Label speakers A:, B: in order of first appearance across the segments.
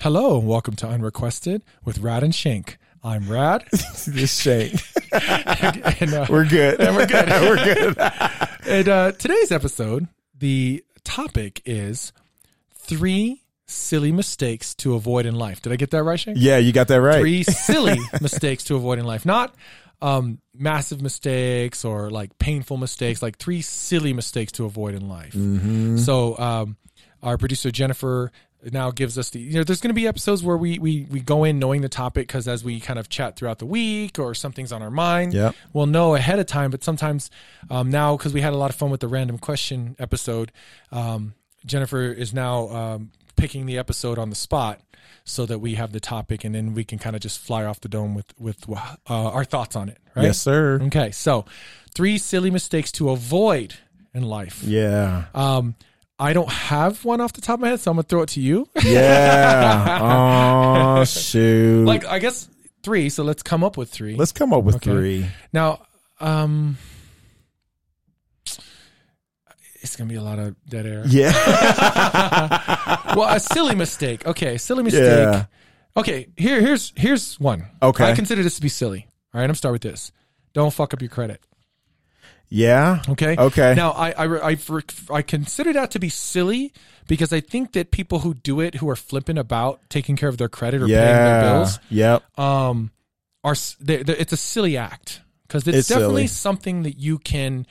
A: Hello and welcome to Unrequested with Rad and Shank. I'm Rad.
B: This shake.
A: and, and, uh,
B: We're good.
A: And we're good.
B: we're good.
A: and, uh, today's episode, the topic is three silly mistakes to avoid in life. Did I get that right, Shank?
B: Yeah, you got that right.
A: Three silly mistakes to avoid in life, not um, massive mistakes or like painful mistakes, like three silly mistakes to avoid in life.
B: Mm-hmm.
A: So um, our producer Jennifer now gives us the you know there's going to be episodes where we we we go in knowing the topic because as we kind of chat throughout the week or something's on our mind
B: Yep.
A: we'll know ahead of time but sometimes um, now because we had a lot of fun with the random question episode um, jennifer is now um, picking the episode on the spot so that we have the topic and then we can kind of just fly off the dome with with uh, our thoughts on it right Mm-hmm.
B: Yes, sir.
A: okay so three silly mistakes to avoid in life
B: Yeah.
A: um, I don't have one off the top of my head, so I'm gonna throw it to you.
B: Yeah. oh shoot.
A: like I guess three, so let's come up with 3
B: Let's come up with
A: Okay.
B: three.
A: now, um, it's gonna be a lot of dead air.
B: Yeah.
A: Well, a silly mistake. Okay, silly mistake.
B: Yeah.
A: Okay, here, here's here's one.
B: Okay.
A: I consider this to be silly. All right, I'm gonna start with this. Don't fuck up your credit.
B: Yeah.
A: Okay.
B: Okay.
A: Now, I I re- I, re- I consider that to be silly because I think that people who do it, who are flippant about taking care of their credit or paying their
B: yeah.
A: bills,
B: Yep.
A: um, are s- they're, they're, it's a silly act because it's,
B: It's
A: definitely
B: silly.
A: something that you can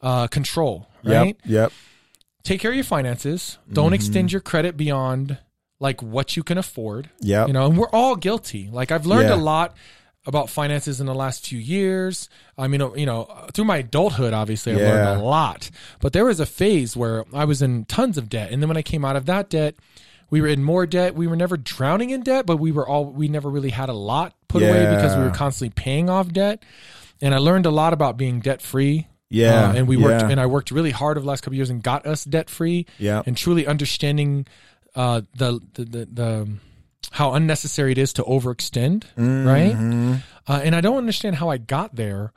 A: uh, control.
B: Yep.
A: Right.
B: Yep.
A: Take care of your finances. Don't
B: Mm-hmm.
A: extend your credit beyond like what you can afford.
B: Yep.
A: You know, and we're all guilty. Like I've learned
B: Yeah.
A: a lot about finances in the last few years. I mean, uh, you know, through my adulthood, obviously, I've
B: Yeah.
A: learned a lot. But there was a phase where I was in tons of debt, and then when I came out of that debt, we were in more debt. We were never drowning in debt, but we were all we never really had a lot put away because we
B: Yeah.
A: were constantly paying off debt. And I learned a lot about being debt free.
B: Yeah,
A: and we worked,
B: yeah.
A: and I worked really hard over the last couple of years and got us debt free.
B: Yeah.
A: and truly understanding uh, the, the the the um, how unnecessary it is to overextend,
B: Mm-hmm.
A: right? Uh, and I don't understand how I got there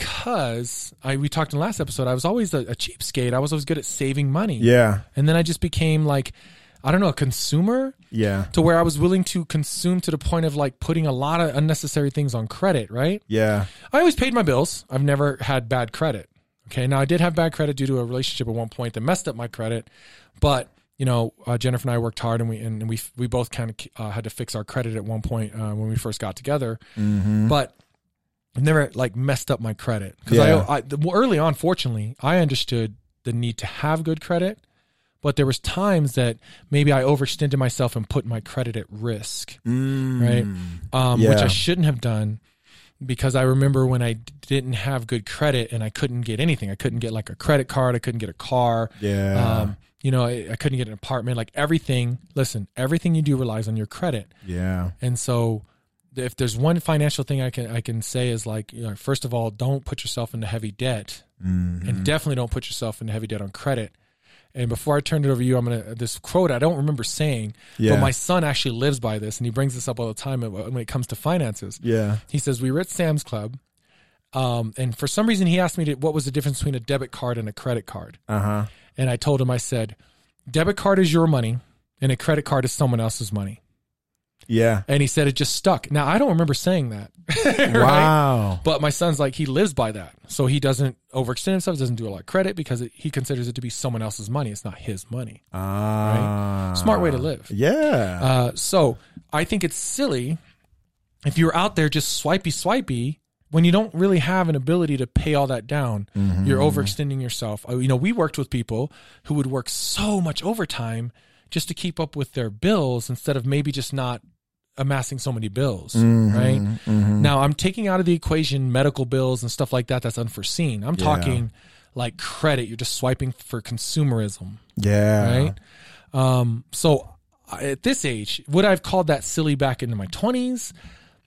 A: because I we talked in the last episode. I was always a, a cheapskate. I was always good at saving money.
B: Yeah.
A: and then I just became like I don't know a consumer
B: Yeah.
A: to where I was willing to consume to the point of like putting a lot of unnecessary things on credit, right?
B: Yeah.
A: I always paid my bills. I've never had bad credit. Okay. Now, I did have bad credit due to a relationship at one point that messed up my credit, but. You know, uh, Jennifer and I worked hard, and we and we we both kind of uh, had to fix our credit at one point uh, when we first got together.
B: Mm-hmm.
A: But I've never like messed up my credit because
B: Yeah.
A: I, I the, well, early on, fortunately, I understood the need to have good credit, but there was times that maybe I overextended myself and put my credit at risk
B: Mm.
A: right? Um, Which I
B: Yeah.
A: shouldn't have done because I remember when I d- didn't have good credit and I couldn't get anything. I couldn't get like a credit card. I couldn't get a car.
B: Yeah.
A: Um, you know, I, I couldn't get an apartment. Like everything, listen, everything you do relies on your credit.
B: yeah.
A: And so, th- if there's one financial thing I can I can say is like, you know, first of all, don't put yourself into heavy debt,
B: Mm. Mm-hmm.
A: and definitely don't put yourself into heavy debt on credit. And before I turn it over to you, I'm gonna this quote I don't remember saying,
B: Yeah.
A: but my son actually lives by this, and he brings this up all the time when it comes to finances.
B: Yeah.
A: He says we were at Sam's Club, um, and for some reason he asked me to, what was the difference between a debit card and a credit card,
B: Uh huh.
A: and I told him I said, debit card is your money, and a credit card is someone else's money
B: Yeah.
A: and he said it just stuck. Now I don't remember saying that, right?
B: Wow.
A: But my son's like he lives by that, so he doesn't overextend himself. Doesn't do a lot of credit because it, he considers it to be someone else's money. It's not his money.
B: Ah.
A: Smart way to live.
B: Yeah.
A: Uh, so I think it's silly if you're out there just swipey swipey when you don't really have an ability to pay all that down. You're overextending yourself. Uh, You know, we worked with people who would work so much overtime just to keep up with their bills instead of maybe just not amassing so many bills, right? Now I'm taking out of the equation medical bills and stuff like that that's unforeseen. I'm talking like credit, you're just swiping for consumerism
B: yeah.
A: right? Um, so I- at this age, would I've called that silly back into my twenties?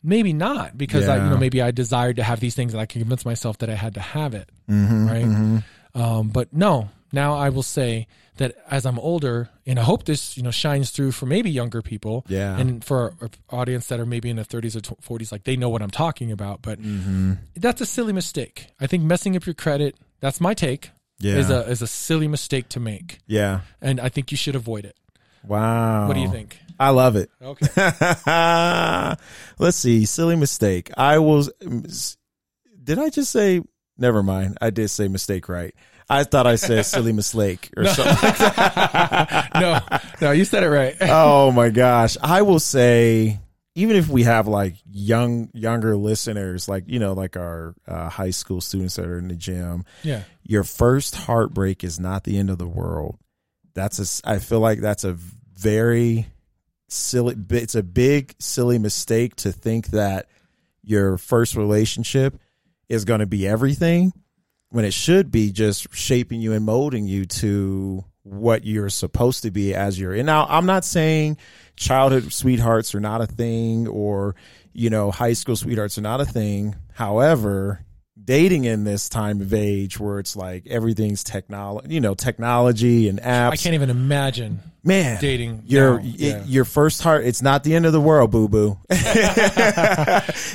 A: Maybe not, because I, you
B: Yeah.
A: know, maybe I desired to have these things, and I could convince myself that I had to have it,
B: Mm-hmm,
A: right? Um, but no, now I will say that as I'm older, and I hope this, you know, shines through for maybe younger people,
B: Yeah.
A: and for our our audience that are maybe in their 30s or tw- 40s, like they know what I'm talking about. But
B: Mm-hmm.
A: that's a silly mistake. I think messing up your credit. That's my take.
B: Yeah.
A: Is a is a silly mistake to make
B: Yeah.
A: and I think you should avoid it.
B: Wow. Oh.
A: What do you think?
B: I love it.
A: Okay.
B: Let's see. Silly mistake. I was. Did I just say? Never mind. I did say mistake, right? I thought I said silly mistake or something.
A: no, no, you said it right.
B: oh my gosh i will say even if we have like young younger listeners like you know like our uh, high school students that are in the gym
A: Yeah.
B: your first heartbreak is not the end of the world that's a s- i feel like that's a very silly it's a big silly mistake to think that your first relationship is going to be everything when it should be just shaping you and molding you to what you're supposed to be as you're and now i'm not saying childhood sweethearts are not a thing or you know high school sweethearts are not a thing however dating in this time of age where it's like everything's technology you know technology and apps
A: I can't even imagine.
B: man
A: dating
B: your
A: now,
B: it-
A: yeah.
B: your first heart it's not the end of the world boo boo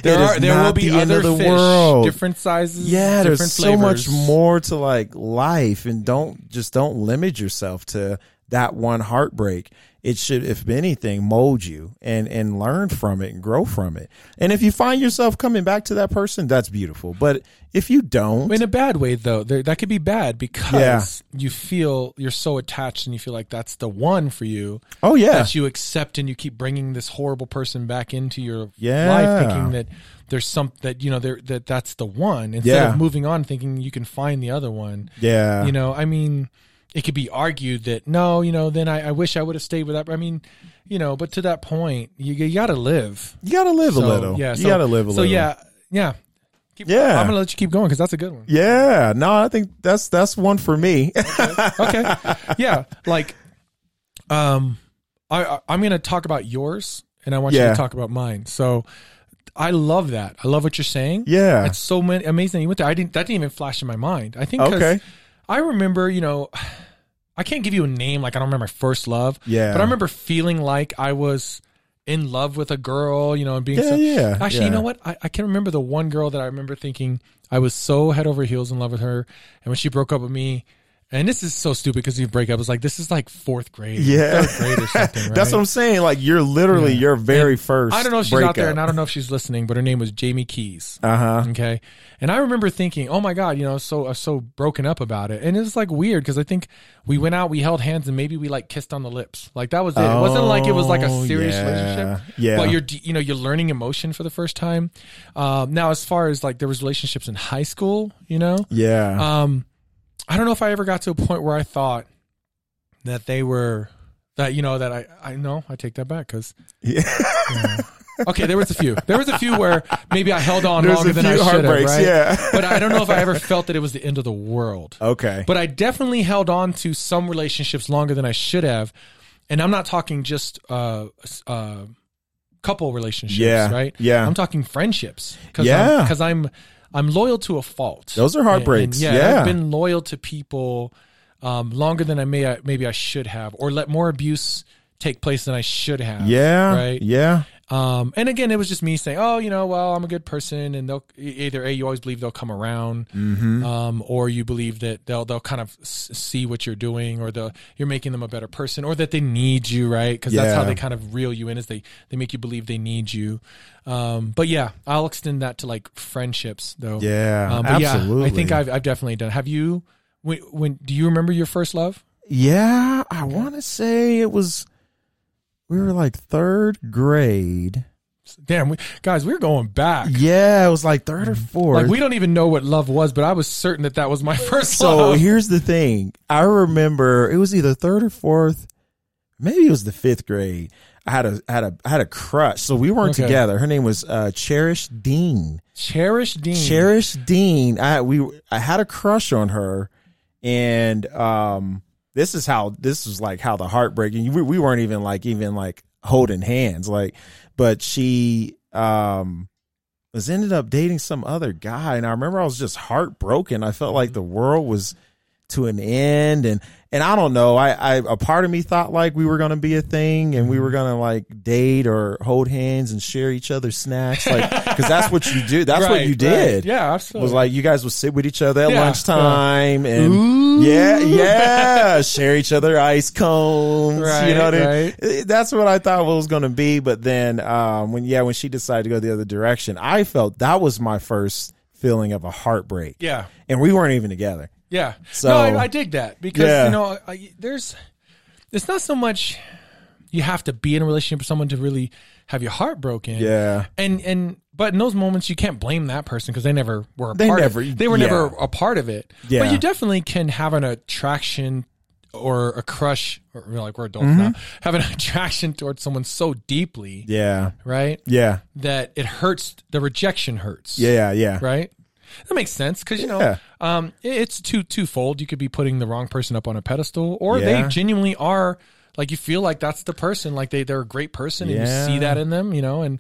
A: There are there will be other fish, different sizes.
B: yeah
A: different
B: there's so
A: flavors.
B: much more to like life and don't just don't limit yourself to that one heartbreak it should if anything mold you and and learn from it and grow from it and if you find yourself coming back to that person that's beautiful but if you don't
A: In a bad way, though, there, that could be bad because you feel you're so attached and you feel like that's the one for you
B: oh yeah
A: that you accept and you keep bringing this horrible person back into your
B: Yeah.
A: life, thinking that there's some that you know there that that's the one instead
B: Yeah.
A: of moving on, thinking you can find the other one.
B: yeah
A: You know, I mean, it could be argued that no, you know, then I, I wish I would have stayed with that. I mean, you know, but to that point, you, you got to live
B: you gotta live a
A: So,
B: little
A: Yeah,
B: you
A: so-
B: gotta live a
A: so,
B: little
A: yeah, yeah, Keep-
B: Yeah.
A: I'm gonna let you keep going because that's a good one.
B: Yeah, no, I think that's that's one for me.
A: okay yeah like um I, I i'm gonna talk about yours and i want you
B: Yeah.
A: to talk about mine so i love that i love what you're saying
B: Yeah.
A: it's so many, amazing you went there i didn't that didn't even flash in my mind i think 'cause
B: Okay.
A: i remember you know i can't give you a name like i don't remember my first love
B: Yeah.
A: but i remember feeling like i was in love with a girl you know and being
B: Yeah,
A: so
B: yeah,
A: actually
B: yeah.
A: you know what I, I can remember the one girl that i remember thinking i was so head over heels in love with her and when she broke up with me and this is so stupid because you break up it's like this is like fourth grade or
B: Yeah.
A: third grade or something right?
B: That's what I'm saying. Like you're literally your very first.
A: I don't know if she's out there and I don't know if she's listening, but her name was Jamie Keys.
B: Uh huh.
A: Okay. And I remember thinking, oh my God, you know, so, uh, so broken up about it. And it was like weird because I think we went out, we held hands, and maybe we like kissed on the lips. Like that was it. it wasn't like it was like
B: Oh,
A: a serious
B: yeah.
A: relationship.
B: Yeah.
A: But you're, d- you know, you're learning emotion for the first time. Um, now, as far as like there was relationships in high school, you know,
B: Yeah.
A: um, I don't know if I ever got to a point where I thought that they were that you know that I I know I take that back because
B: Yeah.
A: okay there was a few there was a few where maybe I held on
B: There's
A: longer
B: a
A: than I
B: few
A: should have
B: heartbreaks,
A: right
B: yeah.
A: but I don't know if I ever felt that it was the end of the world
B: okay.
A: but I definitely held on to some relationships longer than I should have and I'm not talking just uh s- uh couple relationships
B: Yeah,
A: right
B: yeah.
A: I'm talking friendships because
B: Yeah.
A: because I'm I'm loyal to a fault
B: Those are heartbreaks.
A: and
B: yeah.
A: I've been loyal to people um, longer than I may I, maybe I should have, or let more abuse take place than I should have.
B: yeah.
A: right.
B: Yeah.
A: Um, and again, it was just me saying, "Oh, you know, well, I'm a good person," and they'll e- either a you always believe they'll come around,
B: Mm-hmm.
A: um, or you believe that they'll they'll kind of s- see what you're doing, or the you're making them a better person, or that they need you, right? Because that's how
B: Yeah.
A: they kind of reel you in, is they they make you believe they need you. Um, but yeah, I'll extend that to like friendships, though.
B: Yeah.
A: Um, but
B: absolutely.
A: Yeah, I think I've, I've definitely done. Have you? When, when do you remember your first love?
B: Yeah, I want to say it was. We were like third grade.
A: Damn, we, guys, we're going back.
B: Yeah, it was like third or fourth.
A: Mm-hmm. Like we don't even know what love was, but I was certain that that was my first
B: So
A: love.
B: here's the thing. I remember it was either third or fourth, maybe it was the fifth grade. I had a I had a I had a crush. So we weren't
A: Okay.
B: together. Her name was uh, Cherish Dean.
A: Cherish Dean.
B: Cherish Dean. I we I had a crush on her, and um, this is how this was like how the heartbreaking. We, we weren't even like even like holding hands, like, but she um was ended up dating some other guy, and I remember I was just heartbroken. I felt like the world was to an end, and and I don't know. I, I a part of me thought like we were gonna be a thing, and we were gonna like date or hold hands and share each other's snacks, like because that's what you do. That's what
A: Right,
B: you
A: right.
B: did.
A: Yeah,
B: It
A: absolutely.
B: was like you guys would sit with each other at
A: Yeah.
B: lunchtime and
A: Ooh.
B: yeah, yeah, share each other ice cones. you
A: Right,
B: know what I mean?
A: right.
B: Eh, That's what I thought it was going to be. But then, um, when yeah, when she decided to go the other direction, I felt that was my first feeling of a heartbreak.
A: yeah,
B: and we weren't even together.
A: yeah.
B: So-
A: no, I, I dig that because
B: Yeah.
A: you know, I, there's it's not so much you have to be in a relationship with someone to really have your heart broken.
B: Yeah,
A: and and but in those moments you can't blame that person because they never were a
B: They
A: part
B: never-
A: of it. they were
B: yeah.
A: never a part of it
B: Yeah.
A: but you definitely can have an attraction or a crush or we're like we're adults now have an attraction towards someone so deeply
B: Mm-hmm. yeah,
A: right
B: yeah,
A: that it hurts the rejection hurts
B: yeah, yeah.
A: right that makes sense because you know
B: Yeah.
A: um it- it's two twofold you could be putting the wrong person up on a pedestal or
B: Yeah.
A: they genuinely are like you feel like that's the person like they they're a great person and you
B: Yeah.
A: see that in them you know and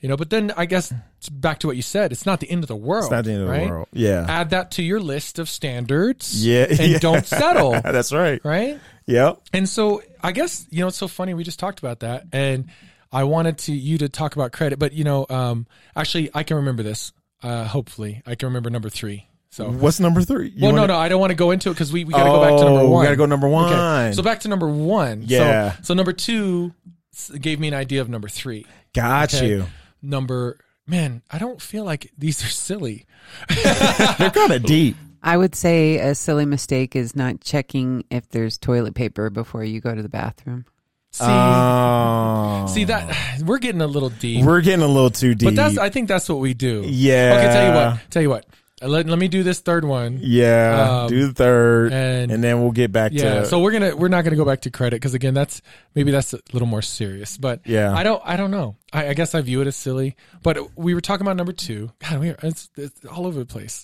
A: you know but then i guess it's back to what you said it's not the end of the world
B: It's not the end of the
A: right?
B: world. Yeah,
A: add that to your list of standards
B: yeah,
A: and
B: yeah.
A: don't settle
B: That's right.
A: right
B: Yep.
A: and so I guess you know it's so funny we just talked about that, and I wanted to you to talk about credit, but you know, um, actually I can remember this. Uh, hopefully, I can remember number three. So
B: What's number three? You
A: well, no,
B: wanna-
A: no, I don't want to go into it because we, we got to go back to
B: Oh,
A: number
B: we
A: one.
B: gotta go number one.
A: So back to number one.
B: Yeah.
A: So, so number two s- gave me an idea of number three.
B: Got
A: Okay.
B: you.
A: Number man, I don't feel like these are silly.
B: They're kind of deep.
C: I would say a silly mistake is not checking if there's toilet paper before you go to the bathroom.
A: See,
B: Oh.
A: see that we're getting a little deep.
B: We're getting a little too deep.
A: But that's I think that's what we do.
B: Yeah.
A: Okay, tell you what. Tell you what. Uh, Let, let me do this third one.
B: Yeah,
A: Um,
B: do the third, and,
A: and-
B: then we'll get back
A: Yeah.
B: to.
A: So we're gonna we're not gonna go back to credit because again that's maybe that's a little more serious. But
B: Yeah.
A: I don't I don't know. I, I guess I view it as silly. But we were talking about number two. God, we are, it's, it's all over the place.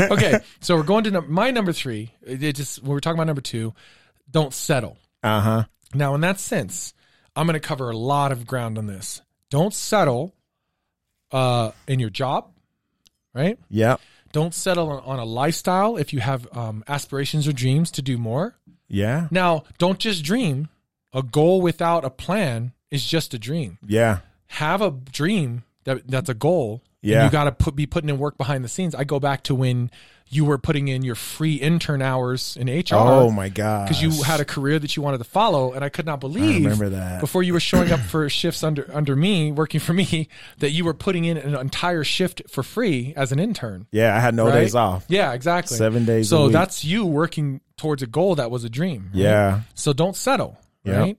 A: okay. So we're going to num- my number three. It it just when we're talking about number two, don't settle.
B: uh huh.
A: Now, in that sense, I'm going to cover a lot of ground on this. Don't settle uh, in your job, right?
B: Yep.
A: Don't settle on, on a lifestyle if you have um, aspirations or dreams to do more.
B: Yeah.
A: Now, don't just dream. A goal without a plan is just a dream.
B: Yeah.
A: Have a dream that that's a goal. and
B: Yeah.
A: you got to put be putting in work behind the scenes. I go back to when you were putting in your free intern hours in HR
B: Oh my god.
A: because you had a career that you wanted to follow, and I could not believe.
B: remember that.
A: before you were showing up for shifts under under me, working for me, that you were putting in an entire shift for free as an intern.
B: Yeah, I had no
A: right?
B: days off.
A: Yeah, exactly.
B: Seven days a
A: So
B: week.
A: that's you working towards a goal that was a dream. right?
B: Yeah.
A: So don't settle.
B: Yeah.
A: Right.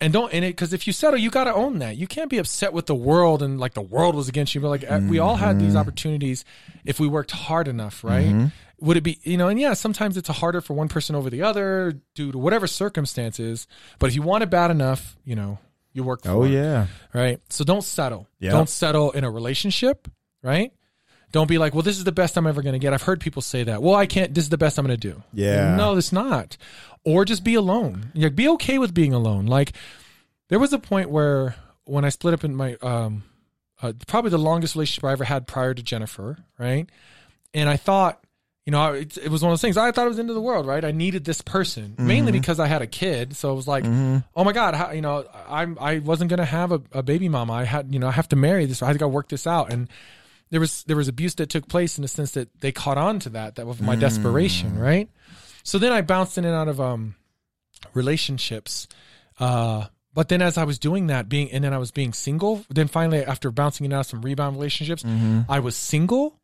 A: And don't in it because if you settle, you got to own that. You can't be upset with the world and like the world was against you. But like eh, we all had
B: Mm-hmm.
A: these opportunities if we worked hard enough, right?
B: Mm-hmm.
A: Would it be you know? And yeah, sometimes it's harder for one person over the other due to whatever circumstances. But if you want it bad enough, you know you work. For
B: Oh
A: it,
B: yeah.
A: right. So don't settle.
B: Yeah.
A: Don't settle in a relationship, right? Don't be like, well, this is the best I'm ever going to get. I've heard people say that. Well, I can't. This is the best I'm going to do.
B: Yeah.
A: No, it's not. Or just be alone. Like, be okay with being alone. Like, there was a point where when I split up in my um, uh, probably the longest relationship I ever had prior to Jennifer, right? And I thought, you know, I- it, it was one of those things. I thought it was into the world, right? I needed this person mainly because I had a kid, so it was like, oh my god, how, you know, I'm I wasn't gonna have a, a baby mama. I had, you know, I have to marry this. I had to go work this out, and there was there was abuse that took place in the sense that they caught on to that that was my desperation, right? So then I bounced in and out of um relationships. Uh, but then as I was doing that, being and then I was being single. Then finally, after bouncing in and out of some rebound relationships, I was single,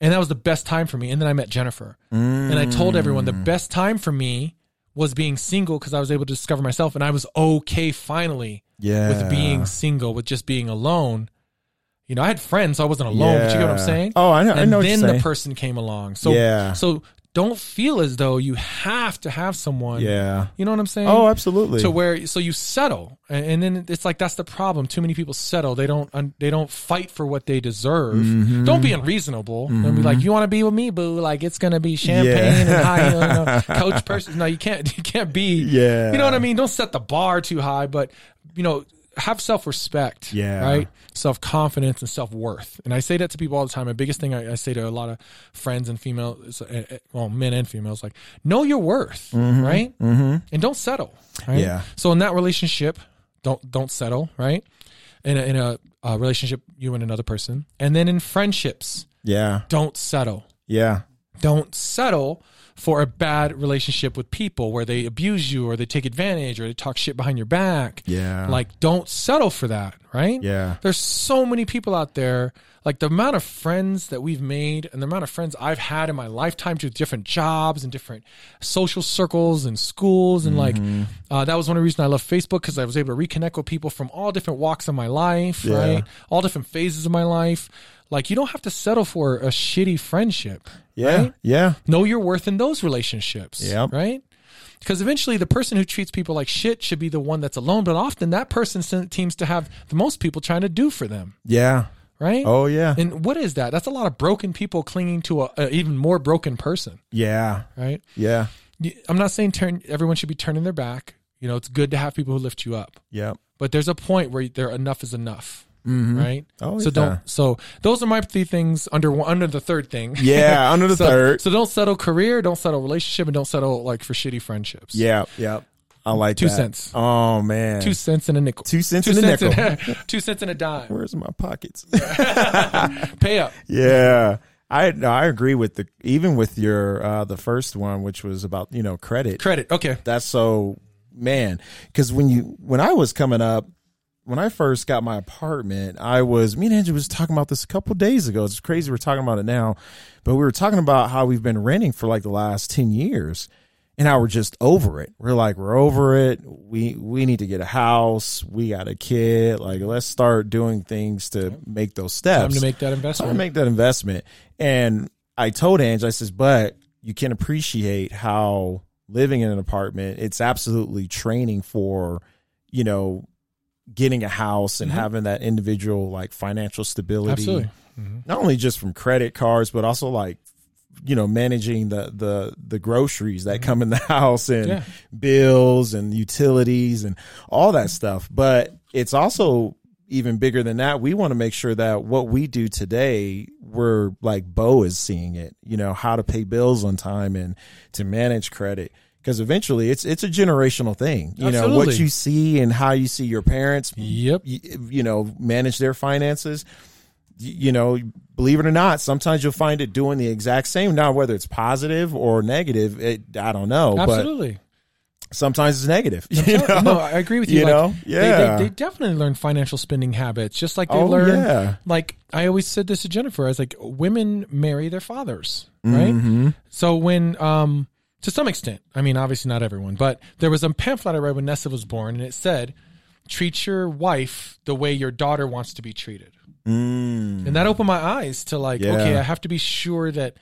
A: and that was the best time for me. And then I met Jennifer, and I told everyone the best time for me was being single because I was able to discover myself, and I was okay finally
B: Yeah.
A: with being single, with just being alone. You know, I had friends, so I wasn't alone. But you get what I'm
B: Yeah.
A: saying?
B: Oh, I know- I
A: And
B: know what
A: then
B: you're saying.
A: the person came along. So
B: Yeah.
A: so don't feel as though you have to have someone.
B: Yeah.
A: You know what I'm saying?
B: Oh, absolutely.
A: to where so you settle and, and then it's like that's the problem too many people settle they don't un, they don't fight for what they deserve
B: Mm-hmm.
A: don't be unreasonable and be like you want to be with me boo like it's gonna be champagne
B: Yeah.
A: and high you know, coach person no you can't you can't be
B: Yeah.
A: you know what i mean don't set the bar too high but you know have self respect.
B: Yeah.
A: Right? Self confidence and self worth. And I say that to people all the time. My biggest thing I, I say to a lot of friends and females, eh, well, men and females, like, know your worth, right? Mm-hmm. And don't settle. Right?
B: Yeah.
A: So in that relationship, don't don't settle, right? In a, in a, a relationship, you and another person, and then in friendships,
B: Yeah.
A: don't settle
B: Yeah.
A: don't settle for a bad relationship with people where they abuse you or they take advantage or they talk shit behind your back.
B: Yeah.
A: Like, don't settle for that, right?
B: Yeah.
A: There's so many people out there. Like, the amount of friends that we've made and the amount of friends I've had in my lifetime through different jobs and different social circles and schools. And,
B: Mm-hmm.
A: like, uh, that was one of the reasons I love Facebook because I was able to reconnect with people from all different walks of my life,
B: Yeah.
A: right? All different phases of my life. Like, you don't have to settle for a shitty friendship
B: Yeah. Yeah.
A: know your worth in those relationships.
B: Yep.
A: Right? Because eventually the person who treats people like shit should be the one that's alone, but often that person sen- seems to have the most people trying to do for them.
B: Yeah.
A: Right?
B: Oh yeah.
A: And what is that? That's a lot of broken people clinging to a, a even more broken person,
B: yeah.
A: right?
B: Yeah.
A: You- I'm not saying turn everyone should be turning their back. You know, it's good to have people who lift you up,
B: Yep.
A: but there's a point where there enough is enough, right?
B: Oh,
A: so
B: yeah.
A: don't. So those are my three things under one- under the third thing.
B: Yeah. Under the
A: so,
B: third.
A: So don't settle career, don't settle relationship, and don't settle like for shitty friendships.
B: yeah. Yep. I like
A: Two
B: that.
A: cents.
B: Oh man.
A: Two cents and a nickel.
B: Two cents
A: Two
B: and a
A: cents
B: nickel.
A: and- two cents and a dime.
B: Where's my pockets?
A: Pay up.
B: yeah. I no, I agree with the even with your uh the first one which was about, you know, credit.
A: Credit. Okay.
B: That's so man. Because when you when I was coming up, when I first got my apartment, I was me and Andrew was talking about this a couple days ago. It's crazy we're talking about it now, but we were talking about how we've been renting for like the last ten years, and how we're just over it. We're like we're over it. We we need to get a house. We got a kid. Like let's start doing things to make those steps.
A: Time to make that investment.
B: Time to make that investment. And I told Ange, I says, but you can appreciate how living in an apartment, it's absolutely training for, you know, getting a house and having that individual like financial stability.
A: Mm-hmm. Absolutely. Mm-hmm.
B: Not only just from credit cards, but also like you know, managing the the the groceries that come in the house and
A: Mm-hmm. Yeah.
B: bills and utilities and all that stuff. But it's also even bigger than that. We want to make sure that what we do today, we're like Bo is seeing it. You know how to pay bills on time and to manage credit because eventually it's it's a generational thing. You know what
A: Absolutely.
B: you see and how you see your parents
A: Yep.
B: y- you know manage their finances Y- you know believe it or not sometimes you'll find it doing the exact same now whether it's positive or negative it, i don't know
A: Absolutely.
B: but sometimes it's negative you know?
A: no, I agree with you.
B: you
A: like,
B: know?
A: they-
B: Yeah.
A: They, they, definitely learn financial spending habits, just like they
B: Oh,
A: learn.
B: yeah.
A: Like I always said this to Jennifer. I was like, women marry their fathers, right?
B: Mm-hmm.
A: So when, um, to some extent, I mean, obviously not everyone, but there was a pamphlet I read when Nessa was born, and it said, "Treat your wife the way your daughter wants to be treated."
B: Mm.
A: and that opened my eyes to like
B: Yeah.
A: okay i have to be sure that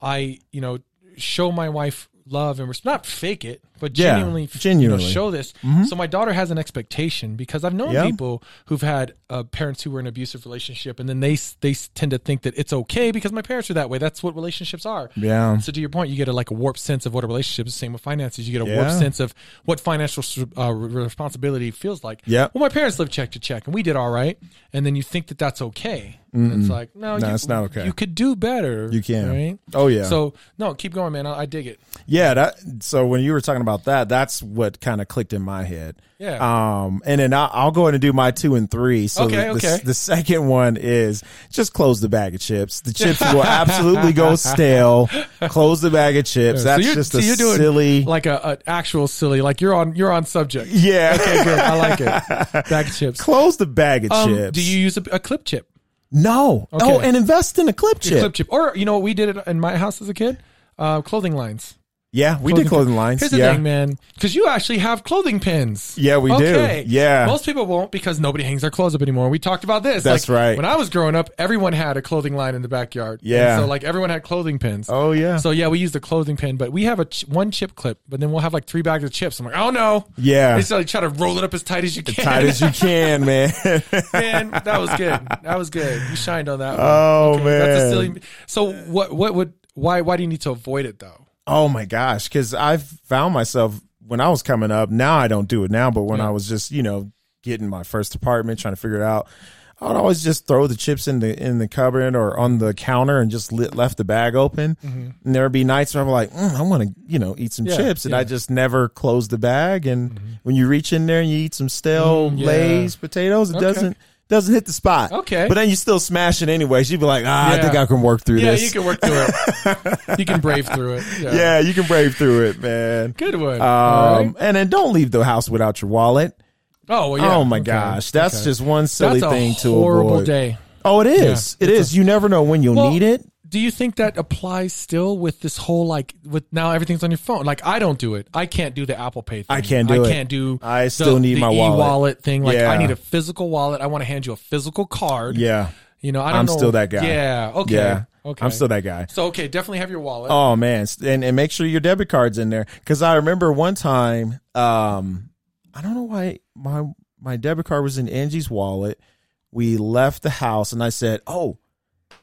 A: i you know show my wife love and res- not fake it but
B: Yeah,
A: genuinely, f-
B: genuinely. Mm-hmm.
A: You know, show this so my daughter has an expectation because i've known
B: Yeah.
A: people who've had uh, parents who were in an abusive relationship and then they s- they s- tend to think that it's okay because my parents are that way that's what relationships are
B: yeah
A: so to your point, you get a like a warped sense of what a relationship is. Same with finances, you get a
B: Yeah.
A: warped sense of what financial uh, re- responsibility feels like.
B: Yep.
A: Well, my parents lived check to check, and we did all right. And then you think that that's okay. And it's like no,
B: No,
A: you,
B: it's not okay.
A: You could do better.
B: You can.
A: Right?
B: Oh, yeah.
A: So no, keep going, man. I, I dig it.
B: yeah that so when you were talking about that that's what kind of clicked in my head
A: Yeah.
B: um and then I'll, I'll go in and do my two and three so
A: Okay,
B: the, the,
A: okay.
B: the second one is just close the bag of chips the chips will absolutely go stale close the bag of chips that's
A: you're-
B: just
A: so
B: a
A: you're doing
B: silly
A: like a, a actual silly. Like you're on you're on subject.
B: yeah
A: Okay, good. I like it. Bag of chips.
B: Close the bag of
A: Um,
B: chips.
A: do you use a, a clip chip?
B: No.
A: Okay.
B: Oh, and invest in a clip chip.
A: Clip chip, or you know what we did it in my house as a kid? Uh, clothing lines.
B: yeah, we did clothing lines.
A: Here's
B: yeah.
A: the thing, man, because you actually have clothing pins.
B: Yeah, we do. Yeah.
A: Most people won't because nobody hangs their clothes up anymore. We talked about this.
B: That's
A: Like,
B: right.
A: When I was growing up, everyone had a clothing line in the backyard.
B: Yeah.
A: And so like everyone had clothing pins.
B: Oh yeah.
A: So yeah, we use the clothing pin, but we have a ch- one chip clip, but then we'll have like three bags of chips. I'm like, oh no.
B: Yeah.
A: They still like, try to roll it up as tight as you can.
B: Tight as you can, man.
A: man, that was good. That was good. You shined on that. one.
B: Oh,
A: That's
B: man.
A: a silly. So what? What would? Why? Why do you need to avoid it though?
B: oh my gosh, because I've found myself when I was coming up. Now I don't do it now, but when I was just you know getting my first apartment, trying to figure it out. I would always just throw the chips in the in the cupboard or on the counter and just lit, left the bag open. And there would be nights where I'm like, mm, I want to, you know, eat some
A: Mm-hmm. Yeah,
B: chips, and
A: yeah. Mm-hmm.
B: I just never close the bag. And when you reach in there and you eat some stale
A: Mm, yeah.
B: Lay's potatoes, it
A: Okay.
B: doesn't doesn't hit the spot.
A: Okay.
B: but then you still smash it anyways. You'd be like, ah, I
A: Yeah.
B: think I can work through
A: Yeah,
B: this.
A: you can work through it. you can brave through it. Yeah.
B: yeah, you can brave through it, man.
A: Good one.
B: Um,
A: All right.
B: and then don't leave the house without your wallet.
A: Oh, well, yeah.
B: oh my
A: Okay.
B: gosh, that's
A: Okay.
B: just one silly
A: That's a
B: thing to
A: horrible
B: avoid.
A: day.
B: Oh, it is. it is. you never know when you'll
A: Well,
B: need it.
A: Do you think that applies still with this whole like with now everything's on your phone? Like I don't do it. I can't do the Apple Pay thing.
B: I can't do
A: I
B: it.
A: can't do
B: I still need
A: the
B: my
A: e-wallet
B: wallet.
A: thing. Like
B: Yeah.
A: I need a physical wallet. I want to hand you a physical card.
B: Yeah,
A: You know, I don't
B: I'm
A: know.
B: still that guy.
A: Yeah. Okay.
B: yeah.
A: Okay.
B: I'm still that guy.
A: So okay, definitely have your wallet.
B: Oh man, and and make sure your debit card's in there because I remember one time, um, I don't know why my my debit card was in Angie's wallet. We left the house, and I said, "Oh,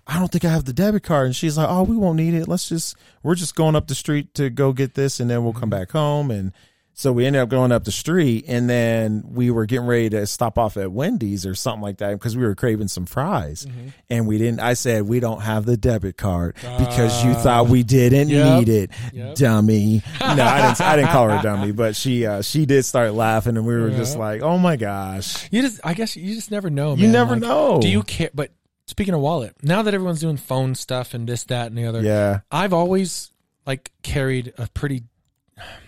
B: I don't think I have the debit card." And she's like, "Oh, we won't need it. Let's just we're just going up the street to go get this, and then we'll come back home." And so we ended up going up the street, and then we were getting ready to stop off at Wendy's or something like that because we were craving some fries, and we didn't. I said, "We don't have the debit card because you thought we didn't
A: Yep.
B: need it, dummy." No, I didn't. I didn't call her dummy, but she uh, she did start laughing, and we were just
A: Yeah.
B: like, "Oh my gosh!"
A: You just, I guess you just never know.
B: You
A: man.
B: never
A: Like,
B: know.
A: Do you care? But speaking of wallet, now that everyone's doing phone stuff and this, that, and the other,
B: Yeah,
A: I've always like carried a pretty.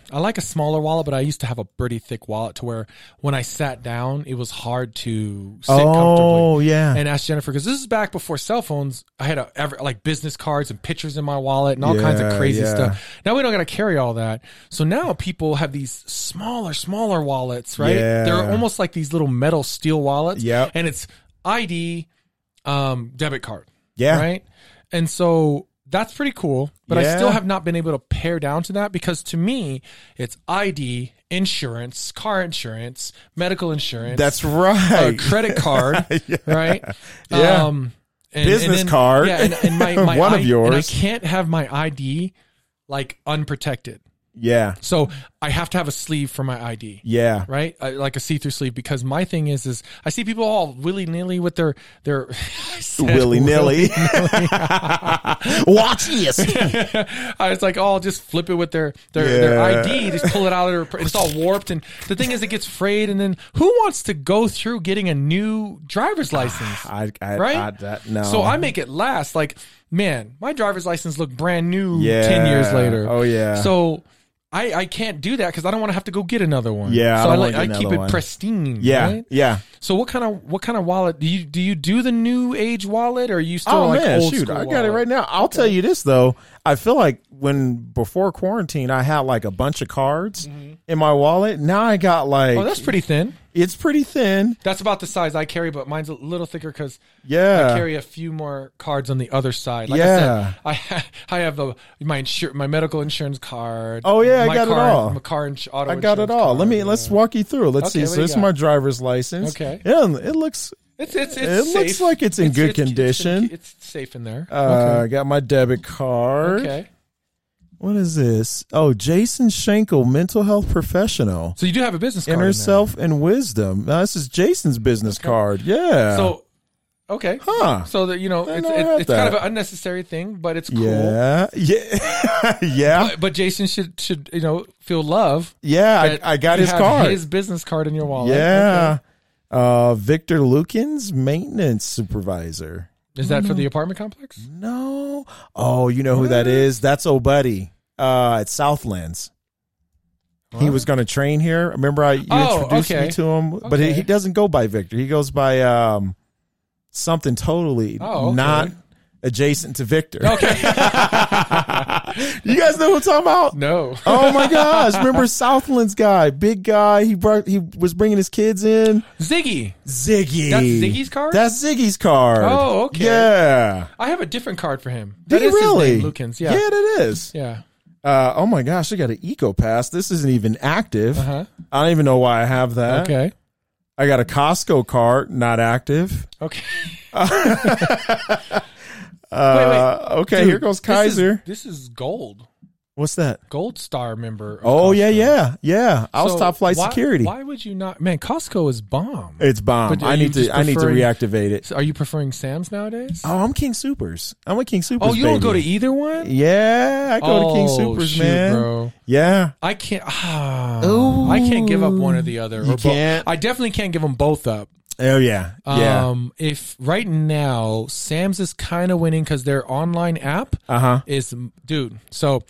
A: I like a smaller wallet, but I used to have a pretty thick wallet to where when I sat down, it was hard to sit comfortably.
B: oh yeah,
A: And asked Jennifer because this is back before cell phones. I had a, ever, like business cards and pictures in my wallet and all kinds of
B: Yeah,
A: crazy
B: yeah.
A: stuff. Now we don't got to carry all that. So now people have these smaller, smaller wallets, right?
B: Yeah.
A: They're almost like these little metal steel wallets.
B: Yep.
A: And it's ID, um, debit card
B: yeah,
A: right? And so that's pretty cool, but I
B: Yeah.
A: still have not been able to pare down to that because to me, it's ID, insurance, car insurance, medical insurance,
B: that's
A: a
B: right.
A: credit card, right?
B: Yeah.
A: Um, and,
B: Business card.
A: Yeah, and, and my, my
B: One of
A: I- And I
B: yours.
A: can't have my ID like unprotected,
B: yeah,
A: so I have to have a sleeve for my ID
B: yeah,
A: right? I, like a see-through sleeve because my thing is is I see people all willy-nilly with their their I said
B: willy nilly. Watch this.
A: I was like, oh, just flip it with their their, their
B: Yeah.
A: ID, just pull it out of their. It's all warped, and the thing is, it gets frayed, and then who wants to go through getting a new driver's license?
B: Ah, I, I,
A: Right?
B: I, that, no.
A: So I make it last. Like, man, my driver's license looked brand new
B: Yeah.
A: ten years later.
B: Oh, yeah.
A: So I I can't do that because I don't want to have to go get another one.
B: Yeah, I
A: So I,
B: don't
A: like
B: wanna
A: I
B: get
A: keep
B: another
A: it
B: one.
A: pristine.
B: Yeah,
A: right?
B: yeah.
A: So what kind of what kind of wallet do you do you do the new age wallet or are you still
B: Oh
A: like
B: man,
A: old
B: shoot!
A: school
B: I got it
A: wallet?
B: right now. I'll tell you this though. I feel like when before quarantine, I had like a bunch of cards in my wallet. Now I got like
A: Mm-hmm. Oh, that's pretty thin.
B: it's pretty thin.
A: That's about the size I carry, but mine's a little thicker because
B: Yeah,
A: I carry a few more cards on the other side. Like
B: Yeah.
A: I said, I, I have the my insur- my medical insurance card.
B: Oh, yeah, I
A: my
B: got it
A: car-
B: all.
A: My car ins- auto
B: I got it
A: insurance
B: all. Let
A: card,
B: me
A: yeah.
B: let's walk you through. Let's
A: Okay,
B: see.
A: what
B: So
A: do you
B: this is
A: got?
B: my driver's license.
A: Okay.
B: yeah, it looks.
A: It's, it's, it's
B: It looks
A: safe.
B: like it's in good condition.
A: It's, it's safe in there.
B: Uh, I got my debit card.
A: okay.
B: What is this? Oh, Jason Schenkel, mental health professional.
A: So you do have a business card. in
B: Inner
A: there.
B: self and wisdom. Now, this is Jason's business card. Yeah.
A: So okay.
B: huh.
A: So that you know,
B: Then
A: it's,
B: I
A: it's,
B: have
A: it's kind of
B: that.
A: an unnecessary thing, but it's cool.
B: Yeah. Yeah. yeah.
A: But, but Jason should should you know feel love.
B: Yeah. I,
A: that
B: I got
A: you
B: his
A: have
B: card.
A: his business card in your wallet. Okay.
B: yeah. Uh, Victor Lukens, maintenance supervisor.
A: Is that for the apartment complex?
B: No. Oh, you know who that is? That's old buddy. Uh, at Southlands. He was going to train here. Remember, I you
A: Oh,
B: introduced
A: okay.
B: me to him, but he,
A: Okay.
B: he doesn't go by Victor. He goes by um something totally
A: Oh, okay.
B: not adjacent to Victor.
A: Okay.
B: you guys know who I'm talking about?
A: no.
B: Oh my gosh! Remember Southland's guy, big guy. He brought he was bringing his kids in.
A: Ziggy.
B: Ziggy.
A: That's Ziggy's card?
B: That's Ziggy's card.
A: Oh, okay.
B: Yeah.
A: I have a different card for him.
B: Did
A: That
B: he
A: is his
B: really?
A: name, Lukens. Yeah.
B: Yeah, that is.
A: Yeah.
B: Uh, oh my gosh! I got an Eco Pass. This isn't even active.
A: Uh-huh.
B: I don't even know why I have that.
A: Okay.
B: I got a Costco card, not active.
A: Okay.
B: Uh, okay,
A: Dude,
B: here goes
A: this is-
B: Kaiser.
A: This is, gold.
B: What's that?
A: Gold Star member. of
B: Oh yeah,
A: Costco.
B: yeah, yeah. I was
A: So
B: top flight
A: why-
B: security.
A: Why would you not? Man, Costco is bomb.
B: It's bomb.
A: But are
B: I
A: you
B: need
A: just
B: to. I need to
A: preferring-
B: reactivate it.
A: So Are you preferring Sam's nowadays?
B: Oh, I'm King Supers. I'm a King Supers.
A: oh, you don't go to
B: baby.
A: either one.
B: Yeah, I go to King
A: Oh,
B: Supers,
A: shoot,
B: man.
A: bro.
B: Yeah,
A: I can't. Ah, I can't give up one or the other.
B: You
A: or both.
B: can't?
A: I definitely can't give them both up.
B: Oh yeah, yeah.
A: Um, if right now Sam's is kind of winning because their online app
B: uh huh.
A: is, dude. So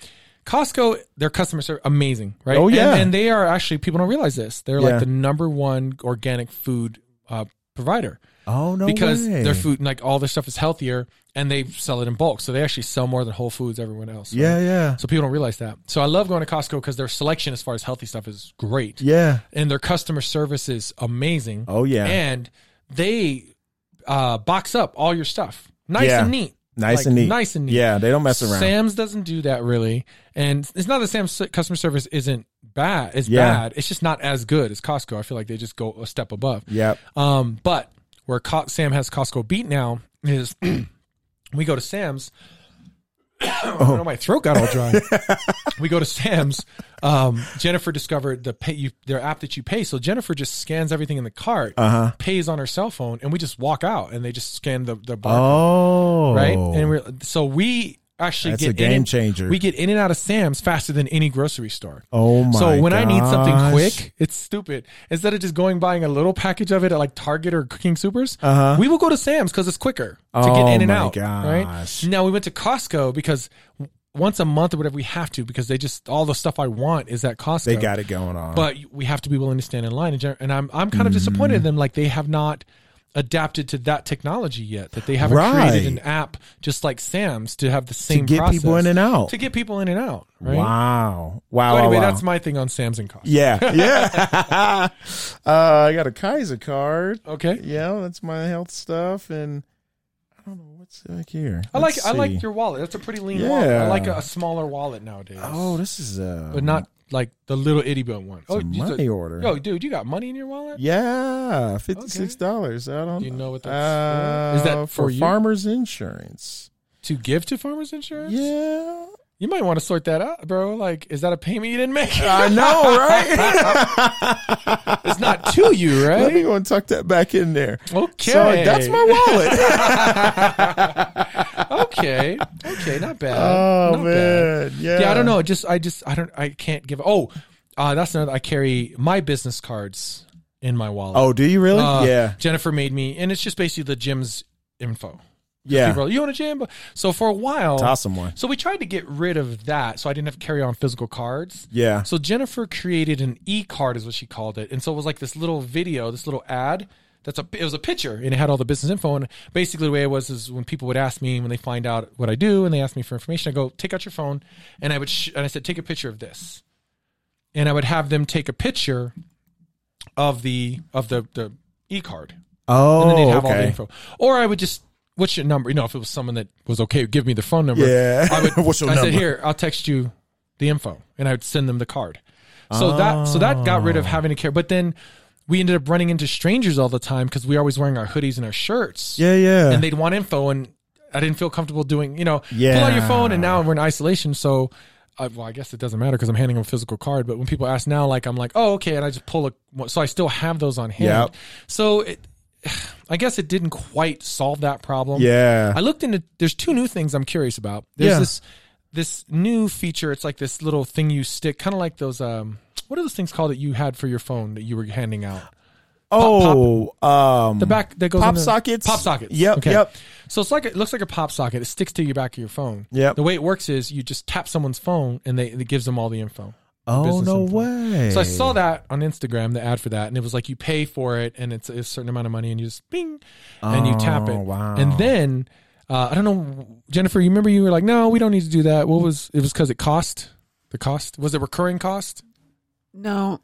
A: Costco, their customer service amazing, right?
B: Oh,
A: And-
B: yeah.
A: and, they are actually people don't realize this. They're
B: Yeah.
A: like the number one organic food uh, provider
B: Oh no,
A: because
B: way.
A: their food, like all their stuff, is healthier and they sell it in bulk. So they actually sell more than Whole Foods, everyone else. right?
B: Yeah, yeah,
A: So people don't realize that. So I love going to Costco because their selection as far as healthy stuff is great,
B: yeah.
A: and their customer service is amazing
B: Oh yeah.
A: and they uh, box up all your stuff nice
B: Yeah.
A: and neat
B: nice
A: like,
B: and neat.
A: nice and neat
B: Yeah, they don't mess around.
A: sam's doesn't do that really and it's not that sam's customer service isn't bad it's
B: Yeah.
A: bad it's just not as good as costco i feel like they just go a step above
B: yep.
A: um, but where Co- sam has costco beat now is we go to sam's I
B: Oh.
A: don't know, my throat got all dry. we go to Sam's. Um, Jennifer discovered the pay you, their app that you pay. So Jennifer just scans everything in the cart,
B: Uh huh.
A: pays on her cell phone and we just walk out and they just scan the, the bar
B: Oh,
A: right and we're so we actually
B: that's
A: get
B: a game
A: in and,
B: changer.
A: we get in and out of sam's faster than any grocery store
B: oh my.
A: so when i need something
B: gosh.
A: quick it's stupid instead of just going buying a little package of it at like target or king supers
B: Uh-huh.
A: we will go to sam's because it's quicker to
B: Oh
A: get in and
B: my
A: out
B: gosh.
A: right now we went to costco because w- once a month or whatever we have to because they just all the stuff i want is at costco
B: they got it going on.
A: but we have to be willing to stand in line. And gen- And I'm I'm kind
B: Mm-hmm.
A: of disappointed in them. Like they have not adapted to that technology yet. That they haven't created an
B: Right.
A: app just like Sam's to have the
B: to
A: same
B: get people
A: process
B: in and out.
A: to get people in and out. Right?
B: Wow. Wow.
A: So anyway,
B: wow, wow.
A: that's my thing on Sam's and Costco.
B: yeah. Yeah. uh, I got a Kaiser card.
A: Okay.
B: Yeah, that's my health stuff, and I don't know what's back here.
A: I like
B: Let's
A: I
B: see.
A: like your wallet. That's a pretty lean wallet. I
B: Yeah.
A: like a, a smaller wallet nowadays.
B: Oh, this is a
A: but not like the little itty bit one.
B: it's a
A: you
B: money order.
A: Yo, dude, you got money in your wallet?
B: Yeah, fifty six dollars. I don't.
A: Do you know what that's
B: uh,
A: for? Is that for you?
B: farmers insurance?
A: To give to farmers insurance?
B: Yeah,
A: You might want to sort that out, bro. Like, is that a payment you didn't make?
B: I know, right?
A: it's not to you,
B: Let
A: right?
B: me go and tuck that back in there.
A: Okay.
B: So that's my wallet.
A: okay. Okay, not bad.
B: oh
A: Not bad.
B: man, yeah.
A: Yeah, I don't know. Just I just I don't I can't give Oh, uh, that's another I carry my business cards in my wallet.
B: Oh, do you really?
A: Uh,
B: yeah,
A: Jennifer made me and it's just basically the gym's info.
B: yeah.
A: People are, you own a gym? So for a while
B: Awesome one.
A: So we tried to get rid of that so I didn't have to carry on physical cards.
B: Yeah.
A: So Jennifer created an e-card, is what she called it, and so it was like this little video, this little ad. That's a. It was a picture, and it had all the business info. And basically, the way it was is when people would ask me when they find out what I do, and they ask me for information, I go take out your phone, and I would sh- and I said take a picture of this, and I would have them take a picture of the of the the e-card, and then
B: Oh,
A: they'd have all the
B: okay.
A: info. Or I would just, what's your number? You know, if it was someone that was okay, give me the phone number.
B: Yeah.
A: I would.
B: What's your
A: I said,
B: number?
A: here, I'll text you the info, and I would send them the card. So that so that got rid of
B: Ah.
A: having to care. But then we ended up running into strangers all the time because we were always wearing our hoodies and our shirts.
B: Yeah, yeah.
A: And they'd want info, and I didn't feel comfortable doing. You know, pull out your
B: Yeah.
A: phone, and now we're in isolation. So. I, well, I guess it doesn't matter because I'm handing them a physical card. But when people ask now, like I'm like, oh, okay, and I just pull a. So I still have those on hand.
B: Yep.
A: So it, I guess it didn't quite solve that problem.
B: yeah.
A: I looked into there's two new things I'm curious about. There's
B: Yeah.
A: this this new feature, it's like this little thing you stick, kind of like those um what are those things called that you had for your phone that you were handing out?
B: oh, um,
A: The back that goes
B: pop
A: in the-
B: sockets.
A: Pop sockets.
B: Yep,
A: Okay.
B: yep.
A: So it's like it looks like a pop socket. It sticks to your back of your phone.
B: Yep.
A: The way it works is you just tap someone's phone and they it gives them all the info.
B: Oh
A: business
B: no
A: info.
B: way.
A: So I saw that on Instagram, the ad for that, and it was like you pay for it, and it's a certain amount of money, and you just bing, and you tap
B: Oh,
A: it.
B: wow.
A: And then uh, I don't know, Jennifer, you remember you were like, no, we don't need to do that. What was it? Was because it cost the cost was it recurring cost?
C: No,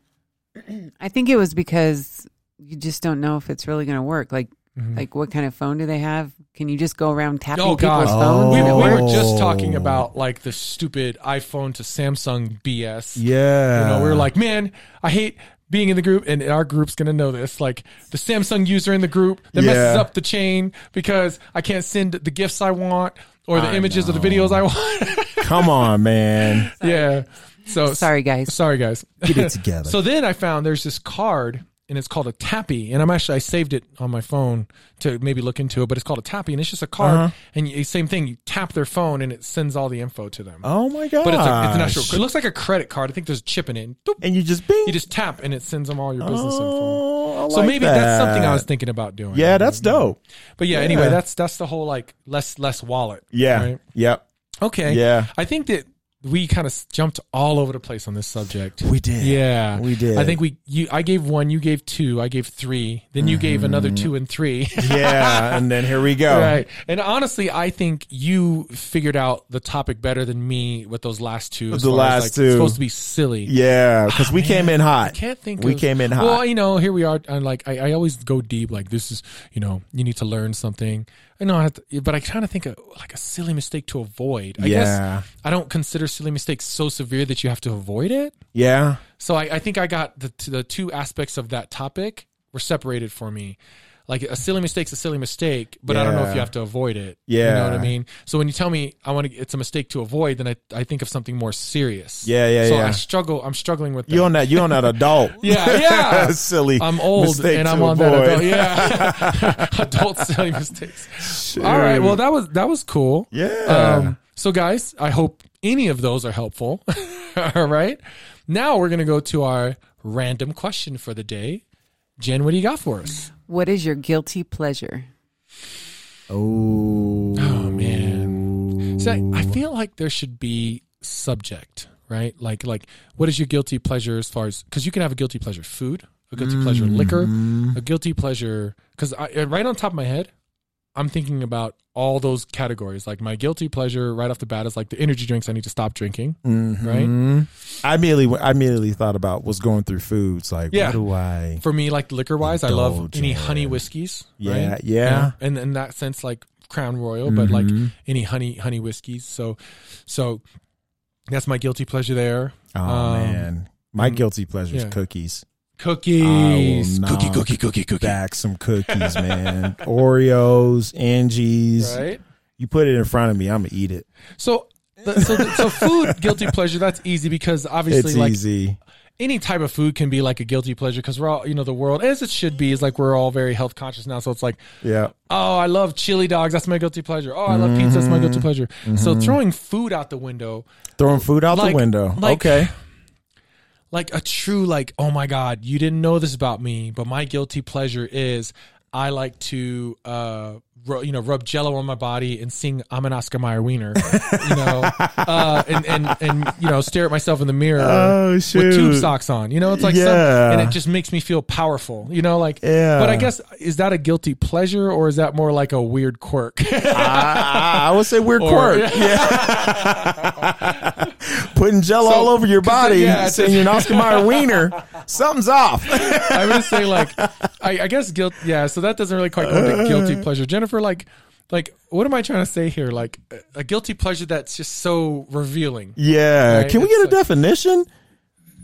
C: I think it was because you just don't know if it's really going to work. Like,
B: Mm-hmm.
C: like what kind of phone do they have? Can you just go around tapping
A: Oh, God.
C: people's
B: Oh.
C: phones?
A: We, we
C: and it
A: were
C: works?
A: just talking about like the stupid iPhone to Samsung BS.
B: Yeah.
A: You know, we were like, man, I hate being in the group, and our group's gonna know this. Like the Samsung user in the group that messes
B: Yeah.
A: up the chain because I can't send the gifts I want, or the
B: I
A: images of the videos I want.
B: Come on, man.
A: yeah.
B: Oh.
A: So
C: Sorry, guys.
A: Sorry, guys.
B: Get it together.
A: So then I found there's this card and it's called a tappy and I'm actually I saved it on my phone to maybe look into it, but it's called a tappy and it's just a card
B: Uh-huh.
A: and you, same thing, you tap their phone and it sends all the info to them.
B: oh my god.
A: But it's, a, it's an actual. It looks like a credit card. I think there's a chip in it. and doop,
B: and you just bing.
A: You just tap and it sends them all your business info.
B: oh, I
A: So
B: like
A: maybe that's something I was
B: that.
A: thinking about doing.
B: Yeah, that's dope.
A: But yeah, anyway,
B: Yeah.
A: that's that's the whole like less less wallet.
B: Yeah.
A: Right?
B: Yep.
A: Okay.
B: Yeah.
A: I think that we kind of jumped all over the place on this subject.
B: We did.
A: Yeah.
B: We did.
A: I think we you I gave one, you gave two, I gave three, then you gave another two and three.
B: Mm-hmm. Yeah, and then here we go.
A: Right. And honestly, I think you figured out the topic better than me with those last two. as
B: The
A: far as,
B: last
A: like, it's
B: two.
A: supposed to be silly.
B: Yeah, because we came in hot.
A: Oh, I can't think.
B: We
A: of-
B: came in hot.
A: Well, you know, here we are, and like I, I always go deep. Like this is, you know, you need to learn something. I know, I have to, but I kind of think of like a silly mistake to avoid. I
B: Yeah.
A: guess I don't consider silly mistakes so severe that you have to avoid it.
B: yeah.
A: So I, I think I got the t- the two aspects of that topic were separated for me. Like a silly mistake's a silly mistake, but I don't know if
B: Yeah.
A: you have to avoid it. you
B: Yeah.
A: know what I mean. So when you tell me I want to, it's a mistake to avoid, then I, I think of something more serious.
B: Yeah, yeah,
A: so
B: yeah.
A: I struggle. I'm struggling with that.
B: You're not. You're not adult.
A: Yeah, yeah.
B: Silly. oh
A: I'm old
B: mistake
A: and
B: to
A: I'm on
B: avoid.
A: that adult. Yeah, adult silly mistakes.
B: Shoot.
A: All right. Well, that was that was cool.
B: Yeah.
A: Um, so, guys, I hope any of those are helpful. All right. Now we're gonna go to our random question for the day. Jen, what do you got for us?
C: What is your guilty pleasure?
B: oh.
A: Oh man. So I, I feel like there should be subject, right? Like like what is your guilty pleasure as far as because you can have a guilty pleasure food, a guilty pleasure liquor,
B: Mm-hmm.
A: a guilty pleasure because I uh, right on top of my head, I'm thinking about all those categories. Like my guilty pleasure right off the bat is like the energy drinks I need to stop drinking, right?
B: Mm-hmm. I immediately. I immediately thought about was going through foods. Like,
A: Yeah.
B: what do I?
A: For me, like liquor wise, I love
B: Indulge
A: any
B: in.
A: honey whiskeys,
B: Yeah,
A: right?
B: yeah. Mm-hmm.
A: and in that sense, like Crown Royal, but like any honey honey whiskeys. So, so that's my guilty pleasure there.
B: Oh
A: Um,
B: man. My guilty pleasure is
A: yeah.
B: cookies.
A: Cookies,
B: I will
A: cookie,
B: not
A: cookie, cookie, cookie.
B: Back some cookies, man. Oreos, Angie's.
A: Right.
B: You put it in front of me, I'm gonna eat it.
A: So, the, so, the, so food guilty pleasure. That's easy because obviously,
B: It's
A: like
B: easy.
A: any type of food can be like a guilty pleasure because we're all, you know, the world as it should be is like we're all very health conscious now. So it's like,
B: Yeah.
A: oh, I love chili dogs. That's my guilty pleasure. Oh, I love pizza. That's my guilty
B: Mm-hmm.
A: pleasure. So throwing food out the window
B: Throwing food out
A: Like-
B: the window.
A: like-
B: okay.
A: like a true like oh my god you didn't know this about me but my guilty pleasure is i like to uh ru- you know rub jello on my body and sing i'm an oscar Mayer wiener you know uh and, and and you know stare at myself in the mirror
B: Oh,
A: with tube
B: shoot.
A: socks on you know it's like some-
B: Yeah.
A: and it just makes me feel powerful you know like
B: Yeah.
A: but i guess is that a guilty pleasure or is that more like a weird quirk
B: I, I, I would say weird
A: Or-
B: quirk. Yeah. Putting gel all over your body,
A: yeah, it's-
B: saying you're an Oscar Mayer wiener. Something's off.
A: I would say like I, I guess guilt. Yeah, so that doesn't really quite go into guilty pleasure. Jennifer, like, like what am I trying to say here? Like a- a guilty pleasure that's just so revealing.
B: yeah.
A: Right,
B: Can we
A: it's
B: get a
A: like-
B: definition?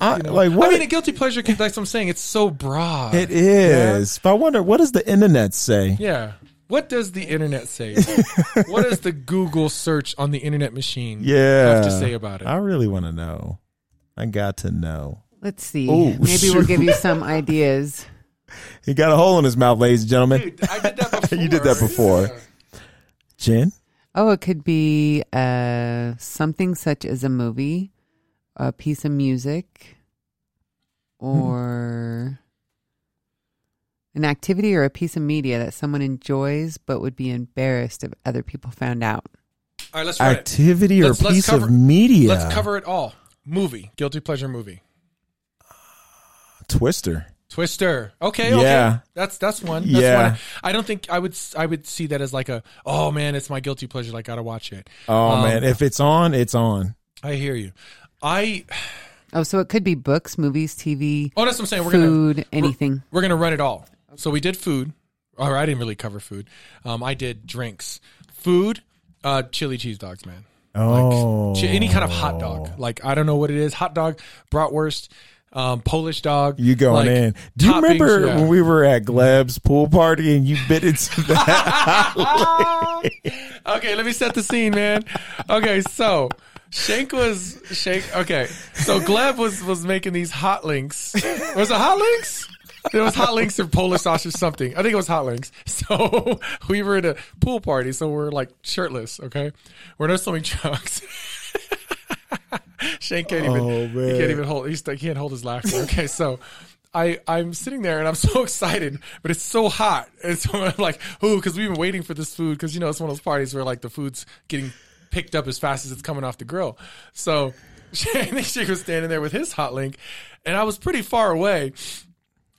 B: I, like
A: I
B: what
A: mean, a guilty pleasure. Can, that's what I'm saying. It's so broad.
B: it is. But I wonder what does the internet say?
A: Yeah. What does the internet say? what does the Google search on the internet machine
B: Yeah.
A: have to say about it?
B: I really want to know. I got to know.
C: Let's see.
B: Oh,
C: Maybe we'll
B: shoot.
C: give you some ideas.
B: He got a hole in his mouth, ladies and gentlemen.
A: Dude, I did that before.
B: You did that before. Jen?
C: Oh, it could be uh, something such as a movie, a piece of music,
A: Hmm.
C: or an activity or a piece of media that someone enjoys but would be embarrassed if other people found out.
A: All right, let's try it.
B: Activity or
A: Let's- let's
B: piece
A: cover-
B: of media.
A: Let's cover it all. Movie, guilty pleasure movie.
B: Twister.
A: Twister. Okay, okay.
B: Yeah.
A: That's that's one. That's
B: Yeah.
A: one. I don't think I would s- I would see that as like a oh man, it's my guilty pleasure. Like I gotta watch it.
B: Oh
A: Um,
B: man, if it's on, it's on.
A: I hear you. I
C: Oh, so it could be books, movies, TV,
A: oh that's what I'm saying. We're gonna
C: food, anything.
A: we're gonna run it all. So we did food. Or I didn't really cover food. Um, I did drinks. Food, uh, chili cheese dogs, man.
B: Oh,
A: Chi- any kind of hot dog. Like I don't know what it is. Hot dog, bratwurst, um, Polish dog.
B: You
A: like,
B: going in? Do you
A: toppings,
B: remember
A: yeah.
B: when we were at Gleb's pool party and you bit into that?
A: okay, let me set the scene, man. Okay, so Shank was Shank. Okay, so Gleb was was making these hot links. Was it hot links? It was hot links or Polish sausage something. I think it was hot links. So we were at a pool party, so we're like shirtless. Okay, we're in our swimming trunks. Shane can't even.
B: Oh,
A: He can't
B: man.
A: even hold. He's, he can't hold his laughter. Okay, so. I, I'm sitting there and I'm so excited, but it's so hot. And so I'm like, ooh, because we've been waiting for this food because, you know, it's one of those parties where, like, the food's getting picked up as fast as it's coming off the grill. So Shane Shane was standing there with his hot link, and I was pretty far away.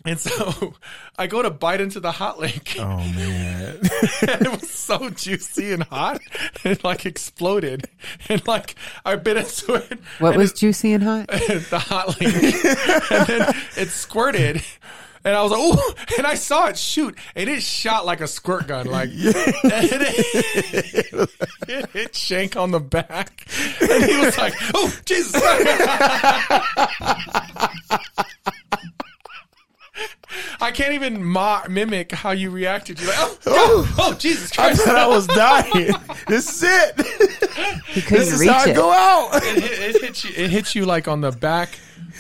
A: And so I go to bite into the hot link.
B: oh man!
A: And it was so juicy and hot. It like exploded. And like I bit into it.
C: What
A: and
C: was juicy and hot?
A: it- the hot link? and then it squirted. And I was like, oh, and I saw it shoot, and it shot like a squirt gun, like and it, it hit Shank on the back, and he was like, "Oh, Jesus!" I can't even ma- mimic how you reacted. You're like, "Oh, oh, oh Jesus
B: I
A: Christ!"
B: thought I was dying. This is it.
C: He couldn't
B: This is
C: reach
B: how I
C: it.
B: go out.
A: it hit, it hit you. It hits you like on the back,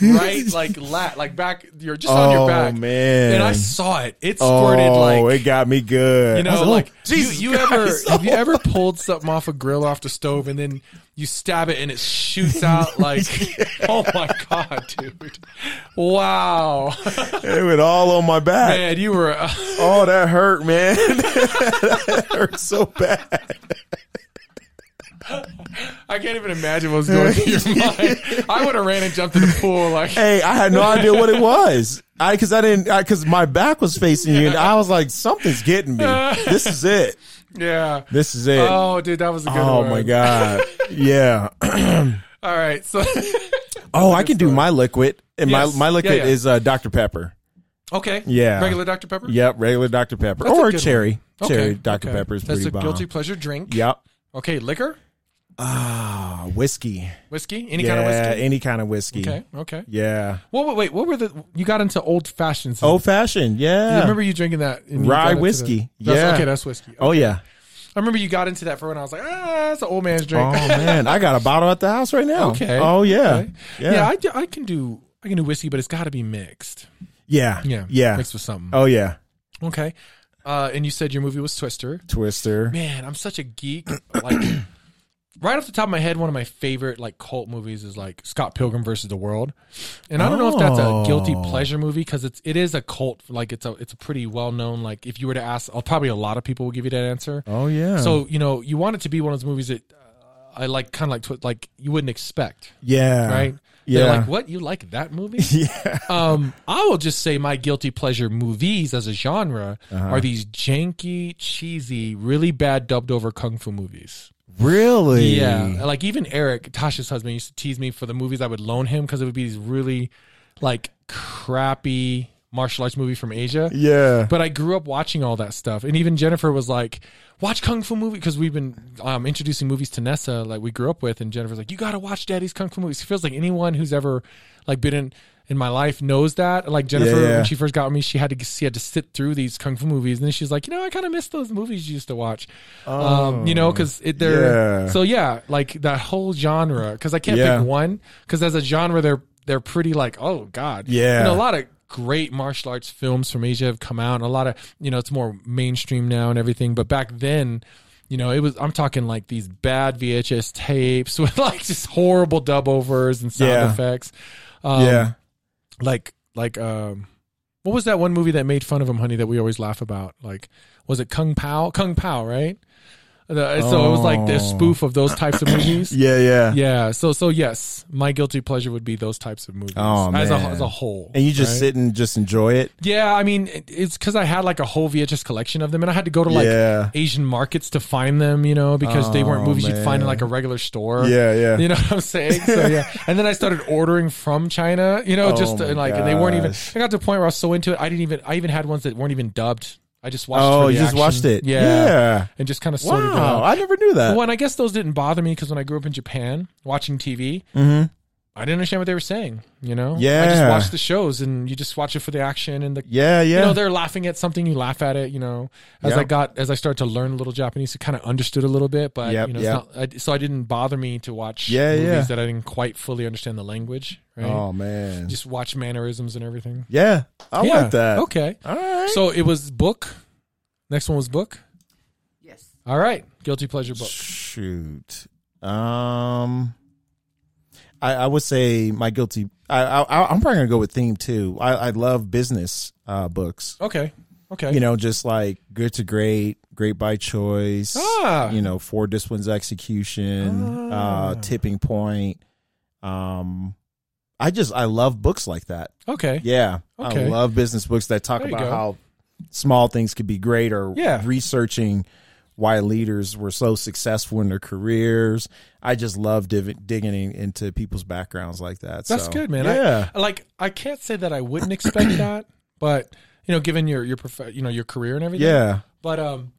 A: right, like lat, like back. You're just on your
B: Oh,
A: back,
B: man.
A: And I saw it. It squirted
B: Oh,
A: like
B: it got me good.
A: you
B: I was
A: know, like
B: oh, Jesus
A: you, you ever
B: Christ.
A: have you ever pulled something off a grill or off the stove and then you stab it and it shoots out like, oh my god, dude, wow,
B: It went all on my back.
A: man, you were. Uh,
B: Oh, that hurt, man. that hurt so bad.
A: I can't even imagine what was going through your mind. I would have ran and jumped in the pool like.
B: Hey, I had no idea what it was. I because I didn't because my back was facing you, and I was like, something's getting me. This is it.
A: Yeah.
B: This is it. Oh,
A: Oh, dude, that was a good one.
B: my god. Yeah.
A: All right, so
B: Oh, I can do my liquid, and
A: Yes.
B: my my liquid
A: Yeah, yeah.
B: is uh, Dr Pepper.
A: okay,
B: Yeah.
A: regular Dr Pepper.
B: Yep, regular Dr Pepper
A: That's a
B: or
A: good
B: cherry.
A: Okay,
B: Cherry Dr
A: okay.
B: Pepper is
A: That's
B: pretty
A: a
B: bomb.
A: guilty pleasure drink.
B: Yep.
A: Okay, liquor,
B: Ah, whiskey.
A: whiskey, any
B: yeah,
A: kind of whiskey.
B: any kind of whiskey.
A: Okay, okay.
B: Yeah.
A: Well, wait, wait, what were the? You got into old fashions.
B: Old fashioned. Oh, Yeah.
A: I remember you drinking that and you
B: Rye
A: got into
B: whiskey.
A: the- that's-
B: Yeah.
A: okay, that's whiskey.
B: oh yeah.
A: I remember you got into that for when I was like, ah, it's an old man's drink.
B: Oh man, I got a bottle at the house right now.
A: okay.
B: Oh yeah.
A: Okay.
B: Yeah.
A: I, do- I can do I can do whiskey, but it's got to be mixed.
B: yeah.
A: Yeah,
B: Yeah.
A: mixed with something.
B: Oh yeah.
A: Okay, uh, and you said your movie was Twister.
B: Twister.
A: Man, I'm such a geek. Like right off the top of my head, one of my favorite like cult movies is like Scott Pilgrim versus the World. And I don't know if that's a guilty
B: Oh.
A: pleasure movie because it's it is a cult. Like it's a it's a pretty well known. Like if you were to ask, oh, probably a lot of people will give you that answer.
B: Oh yeah.
A: So you know you want it to be one of those movies that uh, I like, kind of like twi- like you wouldn't expect,
B: yeah.
A: right?
B: Uh, Yeah.
A: They're like what you like that movie?
B: Yeah.
A: um, I will just say my guilty pleasure movies as a genre
B: Uh-huh.
A: are these janky, cheesy, really bad dubbed over kung fu movies.
B: Really?
A: Yeah, like even Eric, Tasha's husband, used to tease me for the movies I would loan him because it would be these really like crappy martial arts movie from Asia.
B: Yeah.
A: But I grew up watching all that stuff, and even Jennifer was like, "Watch kung fu movie," because we've been um, introducing movies to Nessa, like we grew up with. And Jennifer's like, "You got to watch Daddy's kung fu movies." It feels like anyone who's ever like been in in my life knows that. Like Jennifer,
B: yeah.
A: when she first got me, she had to she had to sit through these kung fu movies, and then she's like, "You know, I kind of miss those movies you used to watch." um, you know, because they're
B: Oh. yeah.
A: so yeah, like that whole genre. Because I can't
B: Yeah.
A: pick one. Because as a genre, they're they're pretty like, oh god,
B: Yeah.
A: And a lot of great martial arts films from Asia have come out, and a lot of you know it's more mainstream now and everything. But back then, you know, it was I'm talking like these bad VHS tapes with like just horrible dub overs and sound
B: Yeah.
A: effects. Um,
B: yeah.
A: like like um, what was that one movie that made fun of him, honey? That we always laugh about. Like, was it Kung Pao? Kung Pao, right? The- So it was like the
B: Oh.
A: spoof of those types of movies.
B: Yeah. Yeah.
A: Yeah. So so yes, my guilty pleasure would be those types of movies
B: Oh,
A: as a
B: man.
A: as a whole.
B: And you just
A: right?
B: sit and just enjoy it.
A: Yeah, I mean it- it's because I had like a whole VHS collection of them, and I had to go to like
B: yeah.
A: Asian markets to find them, you know, because they weren't
B: Oh,
A: movies you'd find in
B: man.
A: like a regular store.
B: Yeah. Yeah.
A: You know what I'm saying? So yeah. And then I started ordering from China, you know,
B: Oh
A: just to,
B: my
A: and like and they weren't even
B: gosh.
A: I got to the point where I was so into it, I didn't even I even had ones that weren't even dubbed. I just watched
B: oh,
A: for the
B: you just
A: action.
B: watched it.
A: Yeah.
B: Yeah.
A: And just kind of sorted it
B: Wow.
A: out.
B: I never knew that.
A: Well, and I guess those didn't bother me because when I grew up in Japan watching TV, I didn't understand what they were saying. You know, I just
B: Mm-hmm. Yeah.
A: watched the shows, and you just watch it for the action and the.
B: Yeah, yeah.
A: You know, they're laughing at something. You laugh at it. You know, as I
B: Yep.
A: got as I started to learn a little Japanese, it kind of understood a little bit, but
B: Yep,
A: you know,
B: yep.
A: it's not, I, so I didn't bother me to watch
B: Yeah,
A: movies
B: yeah.
A: that I didn't quite fully understand the language. Right?
B: Oh man.
A: Just watch mannerisms and everything.
B: yeah. I
A: Yeah,
B: like that.
A: Okay.
B: All right.
A: So it was book. Next one was book.
C: Yes.
A: All right, guilty pleasure book.
B: Shoot. Um, I, I would say my guilty. I, I I'm probably gonna go with theme too. I, I love business uh, books.
A: Okay. Okay.
B: You know, just like Good to Great, Great by Choice.
A: Ah.
B: You know, Four Disciplines Execution,
A: Ah.
B: uh, Tipping Point. Um, I just I love books like that.
A: okay.
B: Yeah,
A: Okay.
B: I love business books that talk
A: There you
B: about
A: go.
B: how small things could be great, or
A: Yeah.
B: researching why leaders were so successful in their careers. I just love div- digging in- into people's backgrounds like that.
A: That's
B: So,
A: good, man.
B: Yeah,
A: I, like I can't say that I wouldn't expect that, but you know, given your your prof- you know your career and everything.
B: yeah,
A: But um,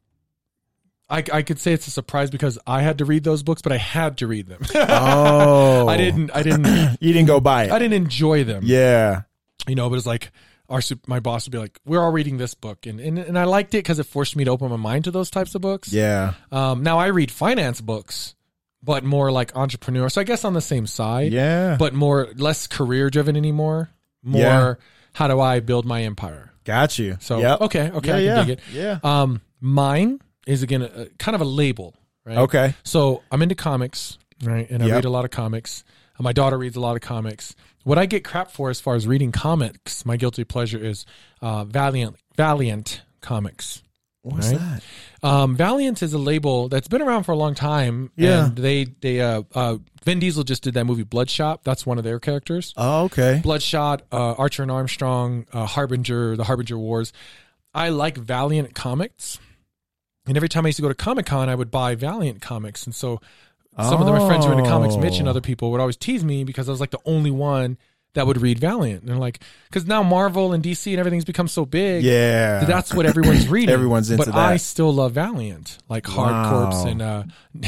A: I I could say it's a surprise because I had to read those books, but I had to read them.
B: Oh,
A: I didn't. I didn't. I
B: You didn't go buy it.
A: didn't enjoy them.
B: yeah,
A: You know, but it's like. Our, sup- my boss would be like, "We're all reading this book," and and, and I liked it because it forced me to open my mind to those types of books.
B: yeah,
A: Um, now I read finance books, but more like entrepreneur. So I guess on the same side,
B: yeah.
A: but more less career driven anymore. More
B: Yeah.
A: how do I build my empire?
B: Got you.
A: So
B: Yep.
A: okay, okay, I can
B: yeah, yeah,
A: dig it.
B: yeah.
A: Um, mine is again a, a- kind of a label, right?
B: Okay.
A: So I'm into comics, right? And I
B: Yep.
A: read a lot of comics. And my daughter reads a lot of comics. What I get crap for as far as reading comics, my guilty pleasure is uh, Valiant Valiant comics.
B: What's
A: Right.
B: that?
A: Um, Valiant is a label that's been around for a long time.
B: Yeah.
A: and they they uh, uh, Vin Diesel just did that movie Bloodshot. That's one of their characters.
B: Oh, okay.
A: Bloodshot, uh, Archer and Armstrong, uh, Harbinger, the Harbinger Wars. I like Valiant comics, and every time I used to go to Comic Con, I would buy Valiant comics, and so some of my friends who are into comics, Mitch and
B: Oh.
A: other people, would always tease me because I was like the only one that would read Valiant, and like because now Marvel and DC and everything's become so big,
B: Yeah.
A: that's what everyone's reading.
B: Everyone's into
A: but
B: that.
A: I still love Valiant, like Hard
B: Wow.
A: Corpse, and uh,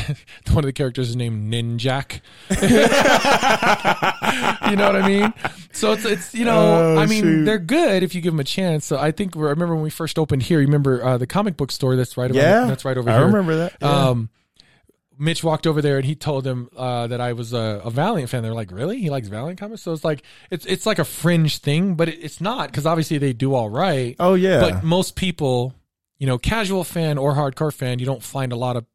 A: one of the characters is named Ninjak. you know what I mean? So it's it's you know
B: Oh,
A: I mean
B: shoot.
A: they're good if you give them a chance. So I think I remember when we first opened here. You remember uh, the comic book store that's right around,
B: yeah.
A: that's right over
B: I
A: here.
B: remember that. Yeah.
A: Um, Mitch walked over there and he told them uh, that I was a, a Valiant fan. They're like, "Really? He likes Valiant comics?" So it's like it's it's like a fringe thing, but it, it's not because obviously they do all right.
B: oh yeah.
A: But most people, you know, casual fan or hardcore fan, you don't find a lot of,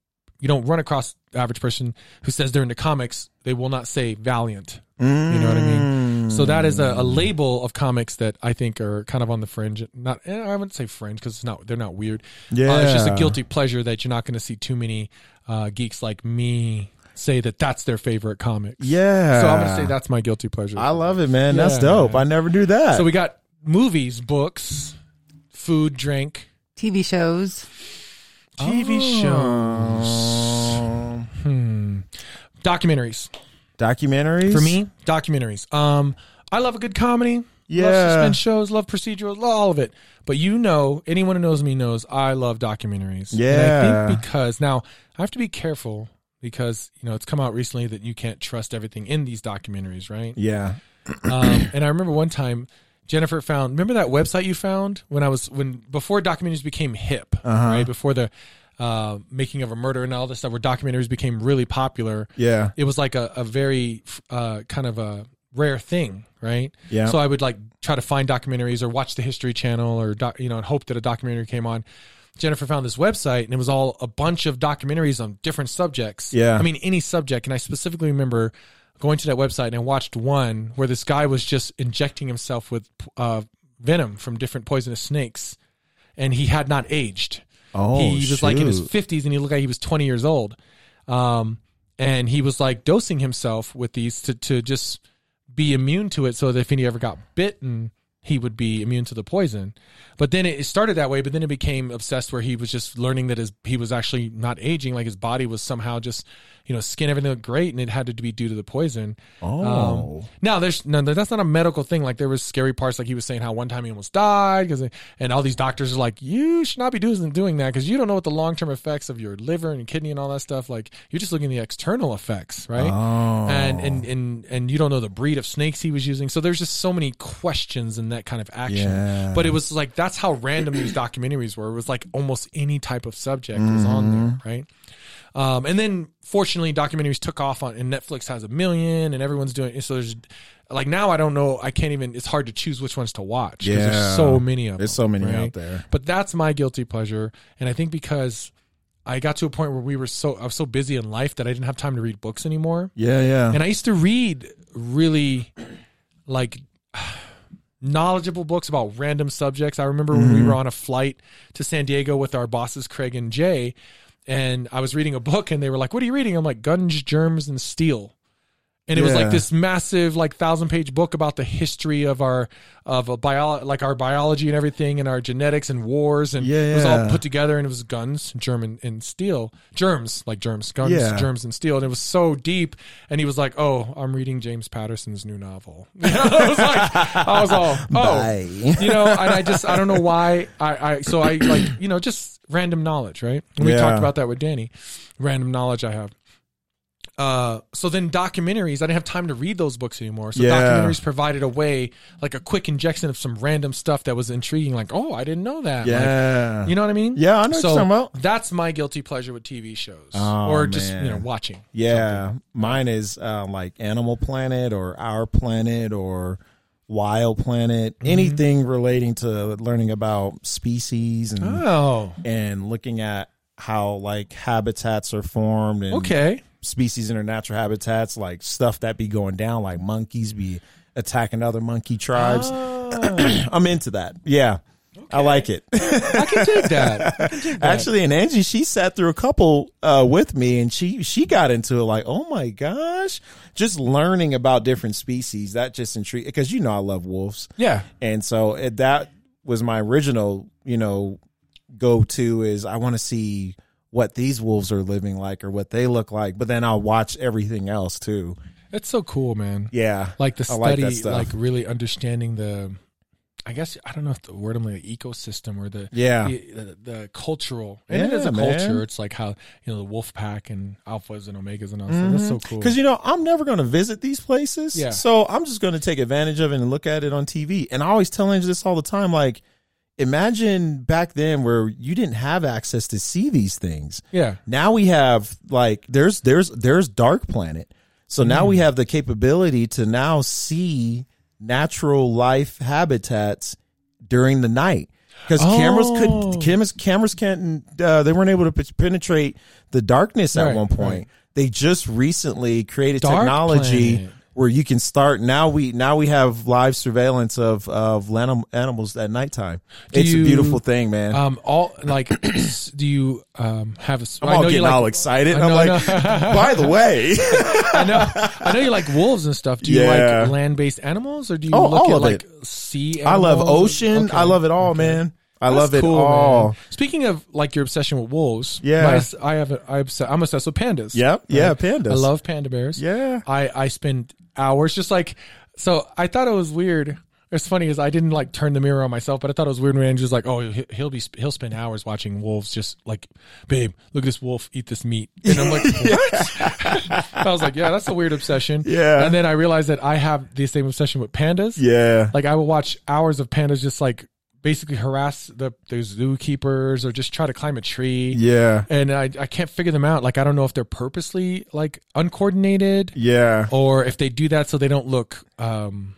A: you don't run across the average person who says they're into comics. They will not say Valiant. You know what I
B: Mm.
A: mean? So that is a, a label of comics that I think are kind of on the fringe. Not, eh, I wouldn't say fringe because it's not, they're not weird. Uh, it's just a
B: Yeah.
A: guilty pleasure that you're not going to see too many uh, geeks like me say that that's their favorite comic.
B: Yeah.
A: So I'm going to say that's my guilty pleasure.
B: I love it, man. That's
A: Yeah.
B: dope. I never knew that.
A: So we got movies, books, food, drink.
C: TV shows.
A: TV shows.
B: Um,
A: Oh. Hmm. Documentaries.
B: documentaries
A: For me, documentaries. Um, I love a good comedy. Love
B: Yeah.
A: suspense shows, love procedurals, love all of it. But you know, anyone who knows me knows I love documentaries. And I
B: Yeah.
A: think because now I have to be careful because, you know, it's come out recently that you can't trust everything in these documentaries, right?
B: Yeah.
A: Um, and I remember one time Jennifer found. Remember that website you found when I was when before documentaries became hip, right? Before the uh, making of a murder and all this stuff, where documentaries became really popular.
B: Yeah.
A: It was like a, a very uh, kind of a rare thing, right?
B: Yeah.
A: So I would like try to find documentaries or watch the History Channel or doc, you know and hope that a documentary came on. Jennifer found this website and it was all a bunch of documentaries on different subjects.
B: Yeah.
A: I mean any subject. And I specifically remember going to that website and I watched one where this guy was just injecting himself with uh, venom from different poisonous snakes, and he had not aged
B: Oh,
A: he was like in his
B: shoot.
A: 50s and he looked like he was 20 years old um, and he was like dosing himself with these to, to just be immune to it so that if he ever got bitten he would be immune to the poison. But then it it started that way, but then it became obsessed where he was just learning that his he was actually not aging, like his body was somehow just, you know, skin everything looked great and it had to be due to the poison. Um,
B: Oh.
A: Now there's no that's not a medical thing. Like there was scary parts, like he was saying how one time he almost died because and all these doctors are like, you should not be doing doing that because you don't know what the long term effects of your liver and kidney and all that stuff. Like you're just looking at the external effects, right?
B: oh.
A: and and and and you don't know the breed of snakes he was using. So there's just so many questions in that kind of action.
B: Yeah.
A: But it was like that's how random these documentaries were. It was like almost any type of subject was on
B: Mm-hmm.
A: there, right? Um, and then fortunately, documentaries took off on, and Netflix has a million, and everyone's doing. it. So there's like now I don't know. I can't even. It's hard to choose which ones to watch. 'cause
B: Yeah.
A: There's so many of
B: Oh, There's
A: them,
B: so many
A: right?
B: out there.
A: But that's my guilty pleasure, and I think because. I got to a point where we were so I was so busy in life that I didn't have time to read books anymore
B: Yeah, yeah.
A: and I used to read really like knowledgeable books about random subjects. I remember when
B: Mm-hmm.
A: we were on a flight to San Diego with our bosses Craig and Jay, and I was reading a book, and they were like, "What are you reading?" I'm like, "Guns, Germs, and Steel." And it was
B: Yeah.
A: like this massive, like thousand page book about the history of our of a bio, like our biology and everything, and our genetics and wars, and
B: Yeah,
A: it was all
B: yeah.
A: put together, and it was guns, German, and steel, germs, like germs, guns,
B: Yeah.
A: germs, and steel, and it was so deep. And he was like, "Oh, I'm reading James Patterson's new novel." I was like, "I was all, oh,
B: Bye.
A: you know," and I just, I don't know why, I, I, so I like, you know, just random knowledge, right? And we
B: Yeah.
A: talked about that with Danny, random knowledge I have. Uh, so then documentaries, I didn't have time to read those books anymore. So
B: Yeah.
A: documentaries provided a way, like a quick injection of some random stuff that was intriguing. Like, oh, I didn't know that. Like,
B: yeah.
A: you know what I mean?
B: Yeah, I know what
A: so
B: you're talking about.
A: That's my guilty pleasure with TV shows
B: Oh,
A: or just
B: man.
A: you know watching.
B: Yeah, mine is uh, like Animal Planet or Our Planet or Wild Planet.
A: Mm-hmm.
B: Anything relating to learning about species and
A: Oh,
B: and looking at how like habitats are formed and
A: Mm. okay.
B: species in their natural habitats, like stuff that be going down, like monkeys be attacking other monkey tribes.
A: Oh. Uh,
B: I'm into that. Yeah. I like it.
A: I can take that.
B: Actually, and Angie, she sat through a couple uh, with me, and she she got into it like, oh my gosh, just learning about different species that just intrigued because you know I love wolves,
A: Yeah.
B: and so it, that was my original you know go to is I want to see what these wolves are living like or what they look like, but then I'll watch everything else too.
A: That's so cool, man.
B: Yeah,
A: Like the
B: I
A: study,
B: like
A: like,
B: that stuff.
A: really understanding the. I guess I don't know if the word I'm like the ecosystem or the
B: Yeah.
A: the, the, the cultural and it
B: Yeah,
A: is a
B: man.
A: culture. It's like how you know the wolf pack and alphas and omegas and all that. That's so cool.
B: Because Mm-hmm. you know I'm never going to visit these places,
A: Yeah.
B: so I'm just going to take advantage of it and look at it on TV. And I always tell Angie this all the time: like, imagine back then where you didn't have access to see these things.
A: yeah,
B: Now we have like there's there's there's Dark Planet, so now
A: Mm.
B: we have the capability to now see natural life habitats during the night because cameras
A: Oh.
B: could cameras cameras can't uh, they weren't able to p- penetrate the darkness at
A: Right,
B: one point.
A: right.
B: They just recently created
A: Dark
B: technology
A: planet.
B: where you can start now we now we have live surveillance of of lan- animals at nighttime.
A: Do
B: it's
A: you-
B: a beautiful thing, man.
A: um, all like, s- do you um have a? s-
B: I'm
A: I
B: all
A: know you
B: getting
A: like-
B: all excited.
A: I
B: I'm
A: know,
B: like,
A: I
B: by the way,
A: I know, I know you like wolves and stuff. Do you
B: Yeah.
A: like land-based animals, or do you
B: Oh,
A: look
B: all
A: at
B: of
A: like
B: it.
A: sea?
B: I love
A: animals?
B: ocean. I
A: Okay.
B: love it all, man. I
A: That's
B: love it
A: cool,
B: all.
A: man. Speaking of like your obsession with wolves,
B: Yeah.
A: my obs- I have. A, I obs- I'm obsessed with pandas.
B: Yep. Yeah, pandas.
A: I love panda bears.
B: Yeah.
A: I I spend hours just like so. I thought it was weird. It's funny is I didn't like turn the mirror on myself, but I thought it was weird when Andrew's like, "Oh, he- he'll be he'll spend hours watching wolves, just like, babe, look at this wolf eat this meat," and I'm like, "What?" I was like, "Yeah, that's a weird obsession."
B: Yeah.
A: and then I realized that I have the same obsession with pandas.
B: Yeah.
A: Like I would watch hours of pandas just like basically harass the, the zookeepers or just try to climb a tree.
B: Yeah.
A: And I, I can't figure them out. Like I don't know if they're purposely like uncoordinated
B: Yeah.
A: or if they do that so they don't look um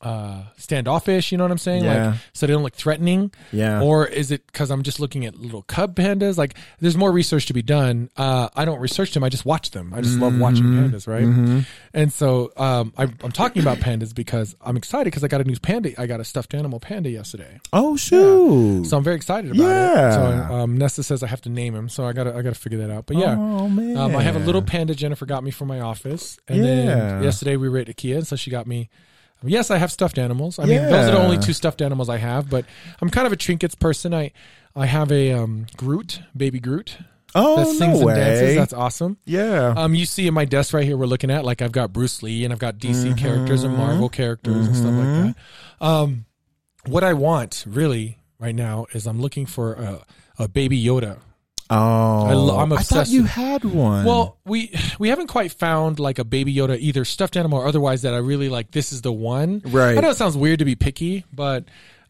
A: uh standoffish, you know what I'm saying?
B: Yeah.
A: Like so they don't look threatening.
B: Yeah.
A: Or is it because I'm just looking at little cub pandas? Like, there's more research to be done. Uh, I don't research them. I just watch them. I just love watching
B: Mm-hmm.
A: pandas, right? And so um, I, I'm talking about pandas because I'm excited because I got a new panda. I got a stuffed animal panda yesterday,
B: Oh shoot.
A: so I'm very excited about it.
B: Yeah.
A: So um, Nesta says I have to name him, so I gotta I gotta figure that out. But yeah,
B: Oh man.
A: um, I have a little panda Jennifer got me for my office, and
B: Yeah.
A: then yesterday we were at IKEA, and so she got me Yes, I have stuffed animals. I mean, those are the
B: Yeah.
A: only two stuffed animals I have. But I'm kind of a trinkets person. I I have a um, Groot, baby Groot, that
B: Oh
A: sings
B: no
A: and dances.
B: way!
A: That's awesome.
B: yeah.
A: Um, you see in my desk right here, we're looking at like I've got Bruce Lee and I've got DC
B: Mm-hmm.
A: characters and Marvel characters and stuff like that. Um, what I want really right now is I'm looking for a, a baby Yoda.
B: oh, I
A: lo- I'm
B: thought
A: obsessed
B: you
A: with-
B: had one.
A: Well, we we haven't quite found like a baby Yoda either stuffed animal or otherwise that I really like. This is the one.
B: Right.
A: I know it sounds weird to be picky, but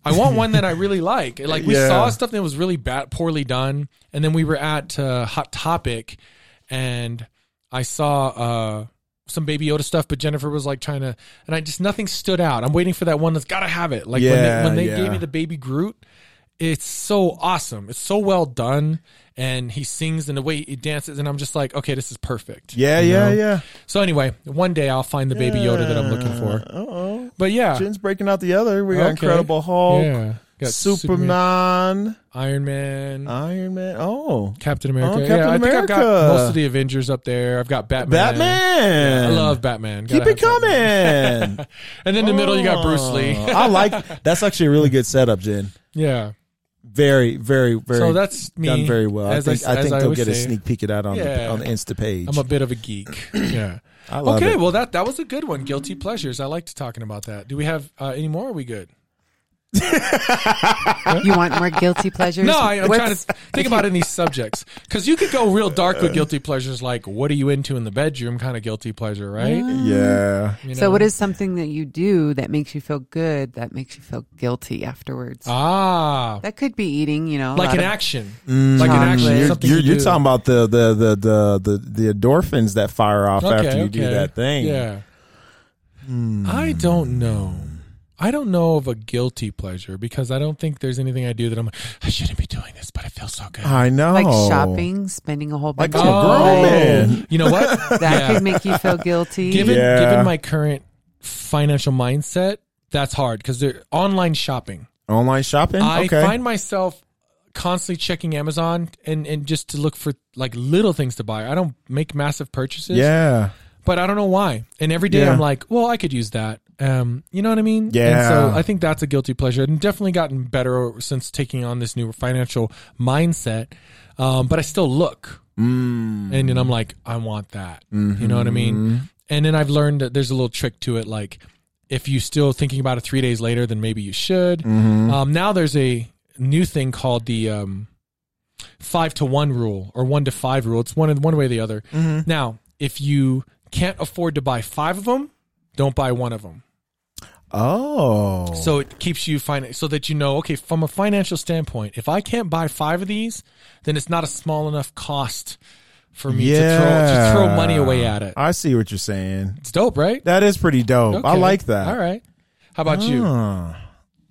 A: I want one that I really like. Like we
B: Yeah.
A: saw stuff that was really bad, poorly done, and then we were at uh, Hot Topic, and I saw. Uh, some baby Yoda stuff, but Jennifer was like trying to, and I just nothing stood out. I'm waiting for that one that's gotta have it. Like when they,
B: Yeah,
A: when they
B: yeah.
A: gave me the baby Groot, it's so awesome. It's so well done. And he sings and the way he dances. And I'm just like, okay, this is perfect.
B: yeah,
A: You
B: yeah,
A: know?
B: yeah.
A: So anyway, one day I'll find the baby Yoda that I'm looking for.
B: Oh,
A: But yeah.
B: Jen's breaking out the other. We got
A: Okay.
B: Incredible Hulk,
A: Yeah. Got Superman,
B: Superman,
A: Iron Man,
B: Iron Man. Oh,
A: Captain America.
B: Captain
A: yeah, I think I've got
B: America.
A: most of the Avengers up there. I've got Batman.
B: Batman.
A: I love Batman.
B: Keep
A: Gotta
B: it
A: have Batman.
B: coming.
A: And in the middle, you got Bruce
B: Oh,
A: Lee.
B: I like that's actually a really good setup, Jen.
A: yeah.
B: Very, very, very.
A: So that's me.
B: done very well. I
A: As I
B: think
A: s-
B: I, think
A: as I
B: they'll
A: would
B: get a
A: say.
B: sneak peek at that on the
A: Yeah.
B: on the Insta page.
A: I'm a bit of a geek. Yeah.
B: I love
A: Okay,
B: it.
A: well that that was a good one. Guilty pleasures. I liked talking about that. Do we have uh, any more? Are we good?
C: You want more guilty pleasures?
A: No, I, I'm
C: What's-
A: trying to think about any subjects because you could go real dark with guilty pleasures, like what are you into in the bedroom, kind of guilty pleasure, right?
B: yeah.
A: You
C: So,
A: know?
C: what is something that you do that makes you feel good, that makes you feel guilty afterwards?
A: ah
C: that could be eating, you know, a
A: like an
C: lot of-
A: action, like an action,
B: You're,
A: something
B: Mm. you're,
A: you
B: you're
A: do.
B: talking about the the, the the the the endorphins that fire off
A: Okay,
B: after you do
A: okay.
B: that thing. Hmm.
A: Yeah. I don't know. I don't know of a guilty pleasure because I don't think there's anything I do that I'm like, I shouldn't be doing this, but it feels so good.
B: I know.
C: like shopping, spending a whole
B: Like
C: bunch
B: I'm a
C: of
B: grown
C: money.
B: man.
A: Oh. You know what?
C: That
A: Yeah.
C: could make you feel guilty.
A: given
B: Yeah.
A: given my current financial mindset, that's hard because they're online shopping.
B: Online shopping.
A: I
B: okay.
A: find myself constantly checking Amazon and and just to look for like little things to buy. I don't make massive purchases,
B: yeah.
A: but I don't know why. And every day
B: Yeah.
A: I'm like, well, I could use that. Um, you know what I mean? And so
B: Yeah.
A: I think that's a guilty pleasure, and definitely gotten better since taking on this new financial mindset. Um, but I still look
B: Mm.
A: and then I'm like, I want that. You know what I mean? And then I've learned that there's a little trick to it. Like, if you still thinking about it three days later, then maybe you should. Um, now there's a new thing called the um, five to one rule or one to five rule. It's one one way or the other. Now, if you can't afford to buy five of them, don't buy one of them.
B: Oh.
A: So it keeps you fin- so that you know, okay, from a financial standpoint, if I can't buy five of these, then it's not a small enough cost for me to throw to throw money away at it.
B: I see what you're saying.
A: It's dope, right?
B: That is pretty dope. I
A: Okay.
B: like that. Oh.
A: All right. How about you?
B: Huh.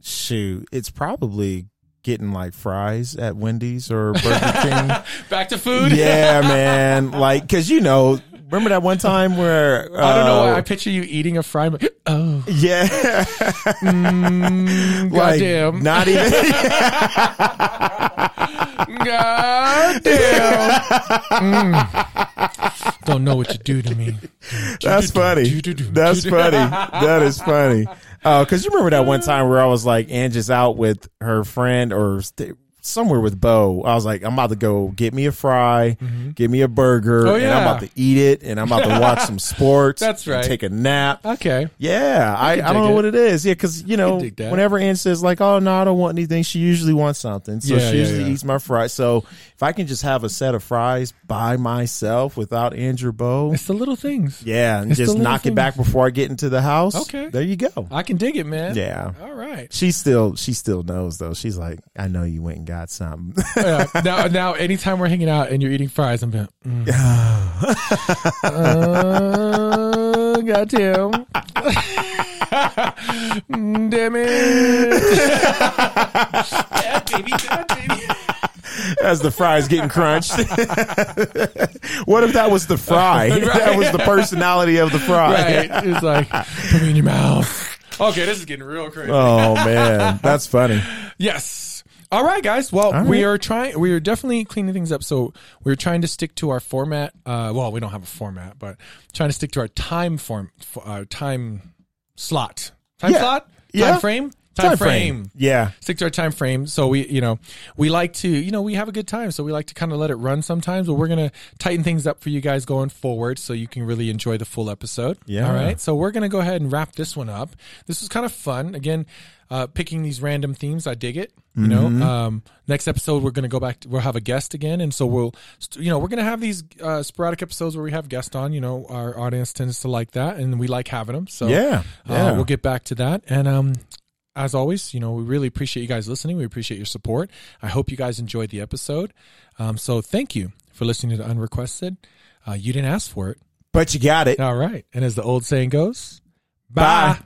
B: Shoot, it's probably getting like fries at Wendy's or Burger King.
A: Back to food.
B: yeah, man. Like, cause you know, remember that one time where uh,
A: I don't know why I picture you eating a fried. mo- Oh,
B: yeah, like
A: goddamn!
B: not even.
A: goddamn! Mm. Don't know what you do to me.
B: That's funny. That's funny. That is funny. Uh, cause you remember that one time where I was like, and just out with her friend or. St- Somewhere with Bo, I was like, I'm about to go get me a fry, get me a burger,
A: Mm-hmm. Oh,
B: and I'm about
A: yeah.
B: to eat it, and I'm about to watch some sports.
A: That's
B: and
A: right.
B: Take a nap.
A: Okay.
B: Yeah, I, I
A: can
B: don't
A: dig
B: know
A: it.
B: what it is. Yeah, because you know,
A: dig that.
B: whenever Ann says like, "Oh no, I don't want anything," she usually wants something. So
A: Yeah,
B: she
A: yeah,
B: usually
A: yeah.
B: eats my fries. So if I can just have a set of fries by myself without Andrew Bow,
A: It's the little things.
B: yeah, and
A: it's the
B: just
A: little
B: knock it
A: things.
B: back before I get into the house.
A: Okay. Uh,
B: there you go.
A: I can dig it, man.
B: Yeah,
A: All right.
B: she still she still knows though. She's like, "I know you went and got something."
A: Yeah. Now, now, anytime we're hanging out and you're eating fries, I'm going. Mm. uh, goddamn. Mm, Damn it. yeah, baby. Yeah, baby.
B: as the fries getting crunched. what if that was the fry? That was the personality of the fry.
A: Right. It's like, put me in your mouth. Okay, this is getting real crazy.
B: Oh man, that's funny.
A: Yes. All right, guys. Well,
B: right.
A: we are trying. We are definitely cleaning things up. So we're trying to stick to our format. Uh, well, we don't have a format, but trying to stick to our time form, f- uh, time slot Time
B: Yeah.
A: slot? Time
B: Yeah.
A: frame? Time, frame.
B: Yeah.
A: Stick to our time frame. So we, you know, we like to, you know, we have a good time. So we like to kind of let it run sometimes, but we're going to tighten things up for you guys going forward so you can really enjoy the full episode.
B: Yeah.
A: All right. So we're going to go ahead and wrap this one up. This was kind of fun. Again, uh, picking these random themes. I dig it. You know,
B: Mm-hmm.
A: um, next episode, we're going to go back, to, we'll have a guest again. And so we'll, st- you know, we're going to have these uh, sporadic episodes where we have guests on. You know, our audience tends to like that and we like having them. So
B: Yeah.
A: uh,
B: Yeah.
A: we'll get back to that. And um, as always, you know, we really appreciate you guys listening. We appreciate your support. I hope you guys enjoyed the episode. Um, so thank you for listening to Unrequested. Uh, you didn't ask for it.
B: But you got it.
A: All right. And as the old saying goes,
B: Bye.
A: bye.